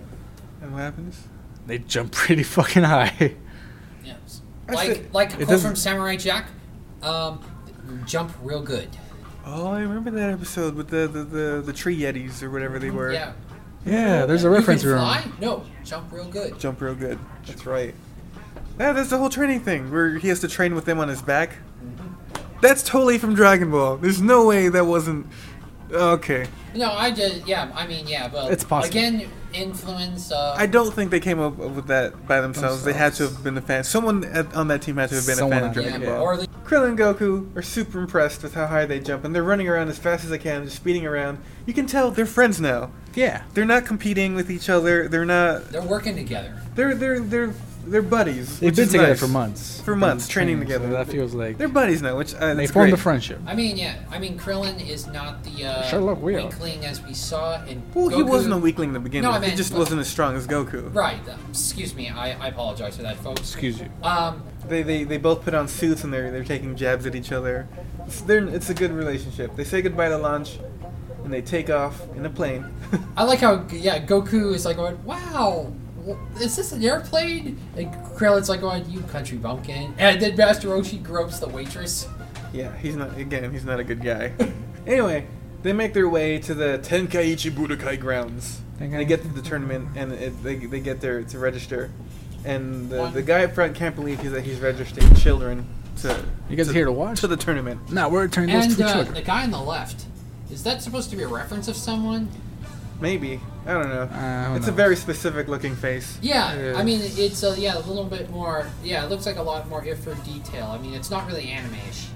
Speaker 1: And what happens?
Speaker 2: They jump pretty fucking high.
Speaker 3: Yeah.
Speaker 1: I
Speaker 3: Like
Speaker 1: said-
Speaker 3: like a
Speaker 2: It
Speaker 3: quote
Speaker 2: doesn't-
Speaker 3: from Samurai Jack, um, jump real good.
Speaker 1: Oh, I remember that episode with the the, the, the tree yetis or whatever they were.
Speaker 3: Yeah.
Speaker 1: Oh,
Speaker 2: Yeah, there's a reference
Speaker 3: you can
Speaker 2: room.
Speaker 3: fly? No, jump real good.
Speaker 1: Jump real good. That's right. Yeah, that's the whole training thing where he has to train with them on his back. That's totally from Dragon Ball. There's no way that wasn't. Okay.
Speaker 3: No, I just yeah. I mean yeah, but
Speaker 2: It's possible.
Speaker 3: again influence. Uh,
Speaker 1: I don't think they came up with that by themselves. They had to
Speaker 2: Themselves.
Speaker 1: have been a fan. Someone at, on that team had to have been
Speaker 2: Someone
Speaker 1: a fan of
Speaker 2: on-
Speaker 1: Dragon
Speaker 3: yeah,
Speaker 1: Ball.
Speaker 3: or at least
Speaker 1: Krillin and Goku are super impressed with how high they jump, and they're running around as fast as they can, just speeding around. You can tell they're friends now.
Speaker 2: Yeah.
Speaker 1: They're not competing with each other. They're not.
Speaker 3: they're working together.
Speaker 1: They're they're they're they're buddies.
Speaker 2: They've
Speaker 1: which
Speaker 2: been
Speaker 1: is
Speaker 2: together
Speaker 1: nice.
Speaker 2: for months.
Speaker 1: For months, training
Speaker 2: so
Speaker 1: together.
Speaker 2: that feels like
Speaker 1: They're buddies now, which uh,
Speaker 2: they
Speaker 1: that's
Speaker 2: formed
Speaker 1: great.
Speaker 2: a friendship.
Speaker 3: I mean, yeah. I mean, Krillin is not the uh,
Speaker 2: Sherlock we are.
Speaker 3: weakling as we saw in.
Speaker 1: Well, he
Speaker 3: Goku-
Speaker 1: wasn't a weakling to begin
Speaker 3: No,
Speaker 1: with.
Speaker 3: I
Speaker 1: he
Speaker 3: meant-
Speaker 1: just wasn't as strong as Goku.
Speaker 3: Right. uh, Excuse me. I, I apologize for that, folks.
Speaker 2: Excuse you.
Speaker 3: Um,
Speaker 1: They, they they both put on suits and they're they're taking jabs at each other. It's, they're, it's a good relationship. They say goodbye to lunch, and they take off in a plane.
Speaker 3: I like how yeah Goku is like going, wow, wh- is this an airplane? And Krillin's like going, you country bumpkin. And then Master Roshi gropes the waitress.
Speaker 1: yeah, he's not again. He's not a good guy. anyway, they make their way to the Tenkaichi Budokai grounds.
Speaker 2: Tenkaichi.
Speaker 1: They get to the tournament and it, they they get there to register, and the,
Speaker 3: One.
Speaker 1: the guy up front can't believe he's, that he's registering children to.
Speaker 2: You guys
Speaker 1: to,
Speaker 2: here to watch?
Speaker 1: to the tournament.
Speaker 2: Now we're turning those
Speaker 3: And
Speaker 2: two
Speaker 3: uh, the
Speaker 2: children.
Speaker 3: guy on the left, is that supposed to be a reference of someone?
Speaker 1: Maybe I don't know.
Speaker 2: I don't
Speaker 1: it's a
Speaker 2: know.
Speaker 1: very specific looking face.
Speaker 3: Yeah,
Speaker 2: Yeah.
Speaker 3: I mean it's a, yeah a little bit more yeah it looks like a lot more if for detail. I mean it's not really anime-ish.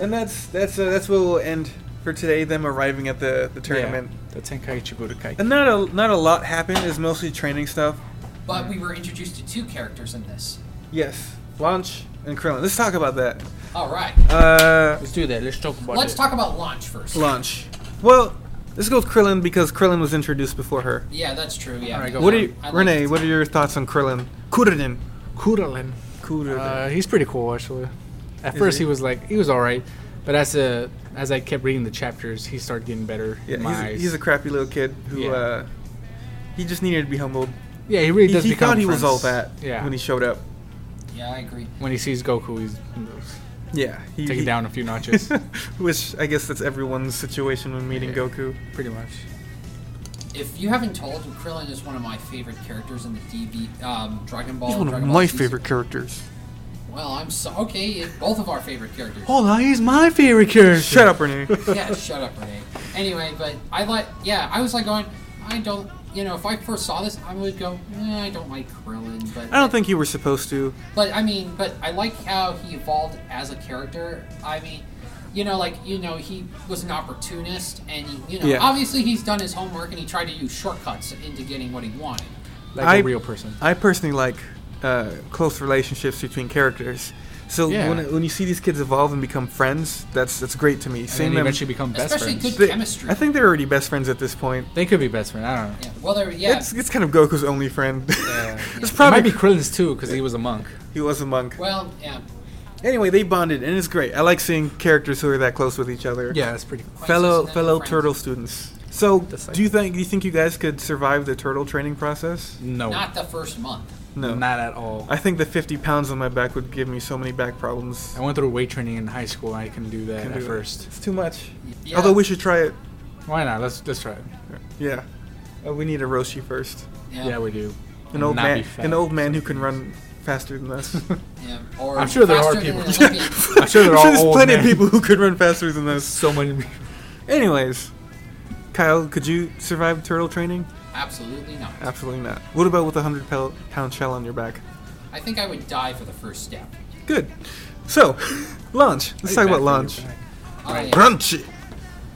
Speaker 1: And that's that's uh, that's where we'll end for today. Them arriving at the, the tournament,
Speaker 2: Yeah, the Tenkaichi Budokai.
Speaker 1: and not a not a lot happened. It's mostly training stuff.
Speaker 3: But we were introduced to two characters in this.
Speaker 1: Yes, launch and Krillin. Let's talk about that.
Speaker 3: All right,
Speaker 1: Uh,
Speaker 2: Let's do that. Let's talk about
Speaker 3: let's talk about launch first.
Speaker 1: launch. Well, let's go with Krillin because Krillin was introduced before her.
Speaker 3: Yeah, that's true. Yeah.
Speaker 2: All right, go
Speaker 1: What
Speaker 2: for
Speaker 1: are
Speaker 2: it.
Speaker 1: you,
Speaker 3: I like
Speaker 1: Renee?
Speaker 3: it.
Speaker 1: What are your thoughts on Krillin? Krillin.
Speaker 2: Kuralin.
Speaker 1: Krillin.
Speaker 2: Uh, he's pretty cool actually. At
Speaker 1: Is
Speaker 2: first
Speaker 1: he?
Speaker 2: he? was like he was all right, but as uh as I kept reading the chapters, he started getting better.
Speaker 1: yeah,
Speaker 2: in my
Speaker 1: he's,
Speaker 2: eyes.
Speaker 1: he's a crappy little kid who
Speaker 2: Yeah.
Speaker 1: uh, He just needed to be humbled.
Speaker 2: Yeah, he really
Speaker 1: He,
Speaker 2: does
Speaker 1: he
Speaker 2: become
Speaker 1: thought he was
Speaker 2: friends.
Speaker 1: all that
Speaker 2: Yeah.
Speaker 1: when he showed up.
Speaker 3: Yeah, I agree.
Speaker 2: when he sees Goku, he's
Speaker 1: Yeah, he,
Speaker 2: taken
Speaker 1: he-
Speaker 2: down a few notches,
Speaker 1: Which I guess that's everyone's situation when meeting
Speaker 2: Yeah.
Speaker 1: Goku.
Speaker 2: pretty much.
Speaker 3: If you haven't told, Krillin is one of my favorite characters in the DB um, Dragon Ball.
Speaker 1: He's one of
Speaker 3: Dragon Ball
Speaker 1: my
Speaker 3: Z.
Speaker 1: favorite characters.
Speaker 3: Well, I'm so okay. it- Both of our favorite characters.
Speaker 2: Hold on, he's my favorite character.
Speaker 1: Shut up, Renee.
Speaker 3: yeah, shut up, Renee. Anyway, but I like. Yeah, I was like going. I don't. You know, if I first saw this, I would go. Eh, I don't like Krillin, but
Speaker 1: I don't think you were supposed to.
Speaker 3: But I mean, but I like how he evolved as a character. I mean, you know, like you know, he was an opportunist, and he, you know,
Speaker 1: Yeah.
Speaker 3: obviously he's done his homework, and he tried to use shortcuts into getting what he wanted.
Speaker 2: Like
Speaker 1: I-
Speaker 2: a real person.
Speaker 1: I personally like uh, close relationships between characters. So
Speaker 2: Yeah.
Speaker 1: when, when you see these kids evolve and become friends, that's that's great to me.
Speaker 2: And then
Speaker 1: Seeing
Speaker 2: they
Speaker 1: them,
Speaker 2: eventually become best
Speaker 3: Especially
Speaker 2: friends.
Speaker 3: good
Speaker 1: they-
Speaker 3: chemistry.
Speaker 1: I think they're already best friends at this point.
Speaker 2: They could be best friends. I don't know.
Speaker 3: Yeah. Well, there. Yeah.
Speaker 1: It's, it's kind of Goku's only friend.
Speaker 2: Yeah.
Speaker 1: it's
Speaker 2: It might
Speaker 1: probably
Speaker 2: be Krillin's too, because he was a monk.
Speaker 1: he was a monk.
Speaker 3: well, yeah.
Speaker 1: Anyway, they bonded, and it's great. I like seeing characters who are that close with each other.
Speaker 2: Yeah, that's pretty. cool.
Speaker 1: fellow
Speaker 3: Friends and
Speaker 1: fellow
Speaker 3: friends.
Speaker 1: turtle students. So,
Speaker 2: That's like-
Speaker 1: do you think do you think you guys could survive the turtle training process?
Speaker 2: No,
Speaker 3: Not the first month.
Speaker 1: No,
Speaker 2: not at all.
Speaker 1: I think the 50 pounds on my back would give me so many back problems.
Speaker 2: I went through weight training in high school. I can do that
Speaker 1: Can
Speaker 2: at
Speaker 1: do it.
Speaker 2: first.
Speaker 1: It's too much.
Speaker 3: Yeah.
Speaker 1: Although we should try it.
Speaker 2: Why not? Let's let's try it.
Speaker 1: Yeah, uh, we need a Roshi first.
Speaker 3: Yeah.
Speaker 2: Yeah, we do.
Speaker 1: An
Speaker 2: And
Speaker 1: old
Speaker 2: not be
Speaker 1: man,
Speaker 2: fat.
Speaker 1: an old man who can run faster than us.
Speaker 3: yeah, Or
Speaker 2: I'm sure there are
Speaker 3: faster than
Speaker 2: people-
Speaker 3: an Olympian.
Speaker 2: I'm sure there are
Speaker 1: there's
Speaker 2: old
Speaker 1: plenty of
Speaker 2: men.
Speaker 1: people who could run faster than us.
Speaker 2: So many.
Speaker 1: Anyways, Kyle, could you survive turtle training?
Speaker 3: Absolutely not.
Speaker 1: Absolutely not. What about with a hundred pel- pound shell on your back?
Speaker 3: I think I would die for the first step.
Speaker 1: Good. So, launch. Let's talk about launch.
Speaker 3: Oh, yeah.
Speaker 1: Crunchy.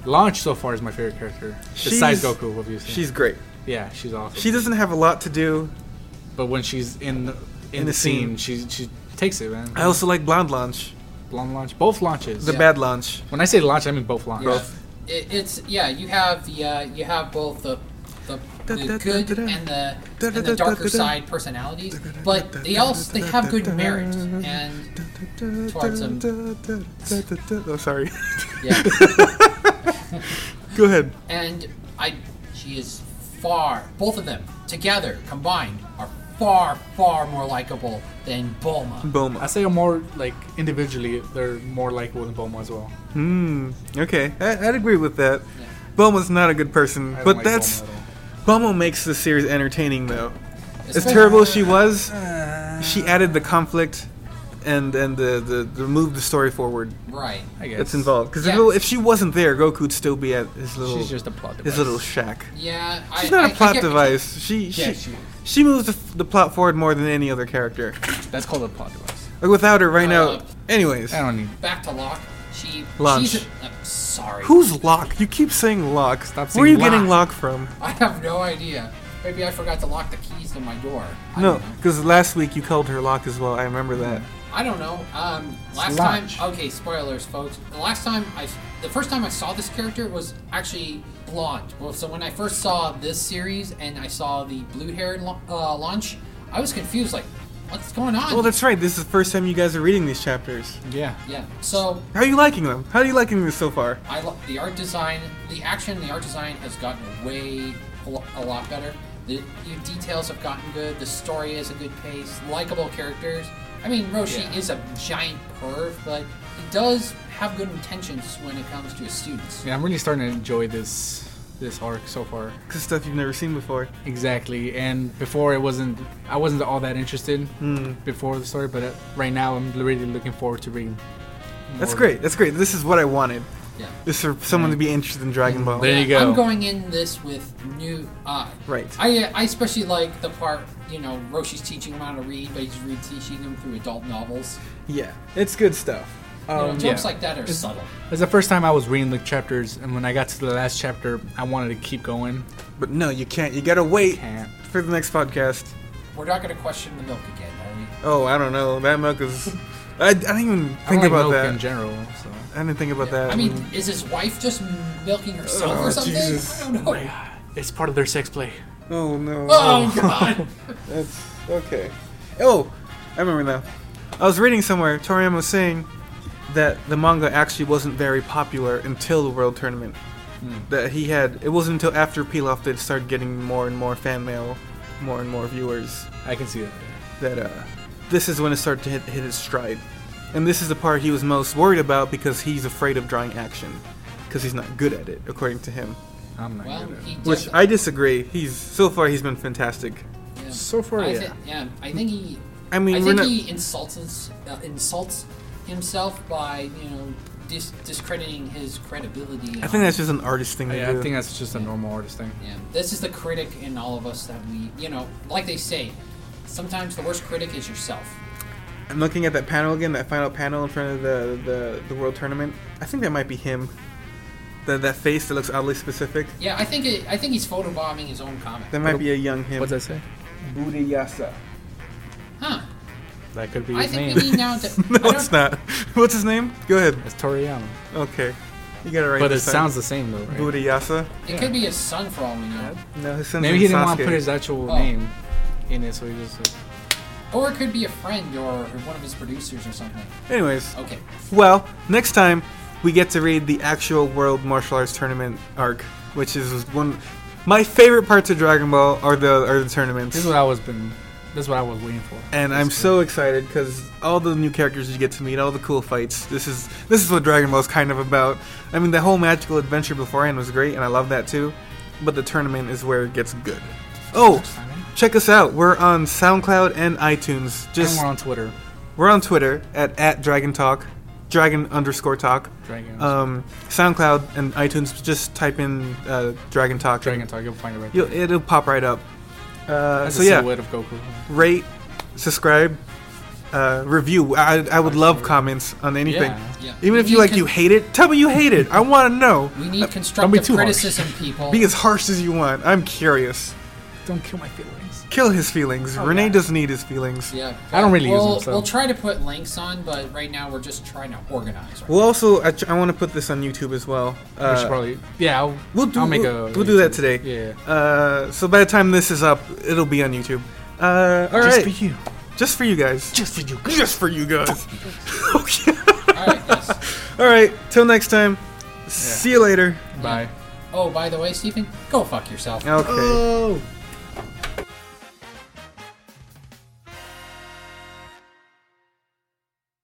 Speaker 2: Launch so far is my favorite character.
Speaker 1: She's-
Speaker 2: Besides Goku, obviously.
Speaker 1: She's great.
Speaker 2: yeah, she's awesome.
Speaker 1: She doesn't have a lot to do.
Speaker 2: but when she's in the, in,
Speaker 1: In
Speaker 2: the
Speaker 1: the
Speaker 2: scene, she she takes it, man.
Speaker 1: I also like blonde launch,
Speaker 2: Blonde launch, both launches.
Speaker 1: the
Speaker 3: Yeah.
Speaker 1: bad launch.
Speaker 2: When I say launch, I mean both
Speaker 3: Yeah.
Speaker 2: launches.
Speaker 3: It, it's yeah. You have the uh, you have both the the,
Speaker 1: Da, da,
Speaker 3: the
Speaker 1: da,
Speaker 3: good
Speaker 1: da, da.
Speaker 3: and the
Speaker 1: Da,
Speaker 3: and
Speaker 1: da, da,
Speaker 3: the
Speaker 1: da,
Speaker 3: darker
Speaker 1: da, da.
Speaker 3: side personalities, but they also they have good merit and Towards him.
Speaker 1: Oh, sorry.
Speaker 3: yeah.
Speaker 1: Go ahead.
Speaker 3: and I she is far both of them together combined are far far more likable than Bulma.
Speaker 2: I
Speaker 1: Boma.
Speaker 2: say they're more like individually, they're more likable than Bulma as well.
Speaker 1: Hmm. Okay, I, I'd agree with that.
Speaker 3: Yeah.
Speaker 1: Boma's not a good person,
Speaker 2: I don't
Speaker 1: but
Speaker 2: like
Speaker 1: that's
Speaker 2: Bulma
Speaker 1: Boma makes the series entertaining though. As
Speaker 3: Especially-
Speaker 1: terrible as she was,
Speaker 2: at all.
Speaker 1: she added the conflict and and the the, the moved the story forward.
Speaker 3: right.
Speaker 2: I guess
Speaker 1: That's involved because
Speaker 3: Yeah.
Speaker 1: if she wasn't there, Goku'd still be at his little
Speaker 2: She's just a plot device.
Speaker 1: his little shack.
Speaker 3: Yeah,
Speaker 1: She's
Speaker 3: I,
Speaker 1: not
Speaker 3: I-
Speaker 1: a
Speaker 3: I
Speaker 1: plot
Speaker 3: get-
Speaker 1: device. She she,
Speaker 2: Yeah,
Speaker 1: she
Speaker 2: she
Speaker 1: moves the, f- the plot forward more than any other character.
Speaker 2: That's called a plot device.
Speaker 1: Like without her right now.
Speaker 3: Uh,
Speaker 1: Anyways,
Speaker 2: I don't need.
Speaker 3: Back to Locke. She
Speaker 1: Lunch.
Speaker 3: she's a- I'm sorry.
Speaker 1: who's Locke? You keep saying Locke.
Speaker 2: Stop
Speaker 1: Where are you
Speaker 2: saying
Speaker 1: getting
Speaker 2: Locke.
Speaker 1: Locke from?
Speaker 3: I have no idea. Maybe I forgot to lock the keys to my door. I
Speaker 1: No,
Speaker 3: Don't know.
Speaker 1: because last week you called her Locke as well. I remember that.
Speaker 3: I don't know. Um, last
Speaker 2: Lunch.
Speaker 3: time, okay, spoilers, folks. The last time I, the first time I saw this character was actually blonde. Well, so when I first saw this series and I saw the blue-haired lo- uh, launch, I was confused. Like, what's going on?
Speaker 1: Well, Oh, that's right. This is the first time you guys are reading these chapters.
Speaker 2: Yeah.
Speaker 3: yeah. So
Speaker 1: How are you liking them? How are you liking this so far?
Speaker 3: I lo- the art design, the action, the art design has gotten way a lo- a lot better. The, the details have gotten good. The story is a good pace. Likable characters. I mean, Roshi
Speaker 2: Yeah.
Speaker 3: is a giant perv, but he does have good intentions when it comes to his students.
Speaker 2: Yeah, I'm really starting to enjoy this this arc so far.
Speaker 1: Cause stuff you've never seen before.
Speaker 2: Exactly. And before it wasn't, I wasn't all that interested
Speaker 1: Hmm.
Speaker 2: before the story, but uh, right now I'm really looking forward to reading.
Speaker 1: That's
Speaker 2: more.
Speaker 1: great. That's great. This is what I wanted.
Speaker 3: Yeah.
Speaker 1: Is for someone to be interested in Dragon Ball.
Speaker 2: There you go.
Speaker 3: I'm going in this with new eye.
Speaker 1: Right.
Speaker 3: I, I especially like the part, you know, Roshi's teaching him how to read, but he's re- teaching him through adult novels.
Speaker 1: Yeah, it's good stuff.
Speaker 3: You know,
Speaker 1: Um,
Speaker 3: jokes
Speaker 2: yeah.
Speaker 3: like that are subtle.
Speaker 2: It's the first time I was reading the chapters, and when I got to the last chapter, I wanted to keep going.
Speaker 1: But no, you can't. You gotta wait
Speaker 2: Can't.
Speaker 1: for the next podcast.
Speaker 3: We're not going to question the milk again, are we?
Speaker 1: Oh, I don't know. That milk is. I, I didn't even
Speaker 2: I
Speaker 1: think
Speaker 2: don't like
Speaker 1: about
Speaker 2: milk
Speaker 1: that.
Speaker 2: in general. So.
Speaker 1: I didn't think about that.
Speaker 3: I mean, is his wife just milking herself
Speaker 1: Um, Oh,
Speaker 3: or something?
Speaker 1: Jesus.
Speaker 3: I don't know.
Speaker 2: It's part of their sex play.
Speaker 1: oh no.
Speaker 3: Oh god.
Speaker 1: That's okay. Oh, I remember now. I was reading somewhere. Toriyama was saying that the manga actually wasn't very popular until the World Tournament. that he had. It wasn't until after Pilaf that it started getting more and more fan mail, more and more viewers.
Speaker 2: I can see it.
Speaker 1: That uh, this is when it started to hit, hit its stride, and this is the part he was most worried about because he's afraid of drawing action, because he's not good at it, according to him.
Speaker 2: I'm not
Speaker 3: Well,
Speaker 2: good at
Speaker 3: he
Speaker 2: it.
Speaker 1: Which
Speaker 3: defi-
Speaker 1: I disagree. He's so far he's been fantastic.
Speaker 3: yeah.
Speaker 2: So far,
Speaker 3: I
Speaker 2: yeah.
Speaker 3: thi- yeah, I think he.
Speaker 1: I mean,
Speaker 3: I
Speaker 1: we're
Speaker 3: think
Speaker 1: not-
Speaker 3: he insults us- uh, insults himself by you know dis- discrediting his credibility.
Speaker 1: I think that's just an artist thing to
Speaker 2: Yeah,
Speaker 1: do.
Speaker 2: I think that's just a normal artist thing.
Speaker 3: Yeah, this is the critic in all of us that we, you know, like they say, sometimes the worst critic is yourself.
Speaker 1: I'm looking at that panel again, that final panel in front of the the, the world tournament. I think that might be him. That that face that looks oddly specific.
Speaker 3: Yeah, I think it, I think he's photobombing his own comic.
Speaker 1: That might be a young him.
Speaker 2: What's that say?
Speaker 1: Budayasa.
Speaker 3: Huh?
Speaker 2: That could be
Speaker 3: I
Speaker 2: his
Speaker 3: think
Speaker 2: name.
Speaker 3: we need now to. I
Speaker 1: no,
Speaker 3: don't-
Speaker 1: it's not. What's his name? Go ahead.
Speaker 2: It's Toriyama.
Speaker 1: Okay, you got it right.
Speaker 2: But it
Speaker 1: this
Speaker 2: sounds the same though, right?
Speaker 1: Budayasa.
Speaker 3: It could be his son for all we know,
Speaker 1: No, his son's
Speaker 2: Maybe
Speaker 1: name's
Speaker 2: he didn't want to
Speaker 1: Sasuke.
Speaker 2: put his actual
Speaker 3: Oh.
Speaker 2: name in it, so he just. Like,
Speaker 3: or it could be a friend or one of his producers or something.
Speaker 1: Anyways,
Speaker 3: Okay.
Speaker 1: well, next time we get to read the actual World Martial Arts Tournament arc, which is one. My favorite parts of Dragon Ball are the are the tournaments.
Speaker 2: this is what I was been. This is what I was waiting for.
Speaker 1: and I'm so excited because all the new characters you get to meet, all the cool fights. This is this is what Dragon Ball's kind of about. I mean, the whole magical adventure beforehand was great, and I love that too. But the tournament is where it gets good. Oh, check us out. We're on SoundCloud and iTunes.
Speaker 2: Just
Speaker 1: Just
Speaker 2: and we're on Twitter.
Speaker 1: we're on Twitter at at Dragon Talk, Dragon underscore Talk.
Speaker 2: Dragon.
Speaker 1: Um, SoundCloud and iTunes. Just type in uh, Dragon Talk.
Speaker 2: Dragon Talk. You'll find it right. there.
Speaker 1: You'll, it'll pop right up. Uh,
Speaker 2: That's
Speaker 1: so
Speaker 2: a
Speaker 1: yeah
Speaker 2: silhouette of Goku.
Speaker 1: rate, subscribe, uh, review. I, I would love
Speaker 2: Absolutely.
Speaker 1: comments on anything.
Speaker 2: Yeah.
Speaker 3: Yeah.
Speaker 1: Even
Speaker 3: We
Speaker 1: if you
Speaker 3: need
Speaker 1: like
Speaker 3: con-
Speaker 1: you hate it, tell me you hate it. I want to know.
Speaker 3: We need constructive
Speaker 2: too harsh.
Speaker 3: criticism, people.
Speaker 1: Be as harsh as you want. I'm curious.
Speaker 2: Don't kill my feelings.
Speaker 1: Kill his feelings. Renee
Speaker 2: Oh, yeah.
Speaker 1: doesn't need his feelings.
Speaker 3: Yeah,
Speaker 2: I don't really use
Speaker 3: we'll,
Speaker 2: them, so-
Speaker 3: We'll try to put links on, but right now we're just trying to organize. Right?
Speaker 1: We'll also. I, I want to put this on YouTube as well. Uh,
Speaker 2: we should probably. Yeah, I'll,
Speaker 1: we'll do.
Speaker 2: I'll make
Speaker 1: we'll,
Speaker 2: a.
Speaker 1: we'll do that today.
Speaker 2: Yeah.
Speaker 1: Uh, so by the time this is up, it'll be on YouTube. Uh, all right.
Speaker 2: Just for you.
Speaker 1: Just for you guys.
Speaker 2: Just for you.
Speaker 1: Just for you guys. okay.
Speaker 3: All right, guys.
Speaker 1: All right. Till next time. See you later.
Speaker 2: Bye.
Speaker 3: Oh, by the way, Stephen, go fuck yourself.
Speaker 1: Okay.
Speaker 2: Oh.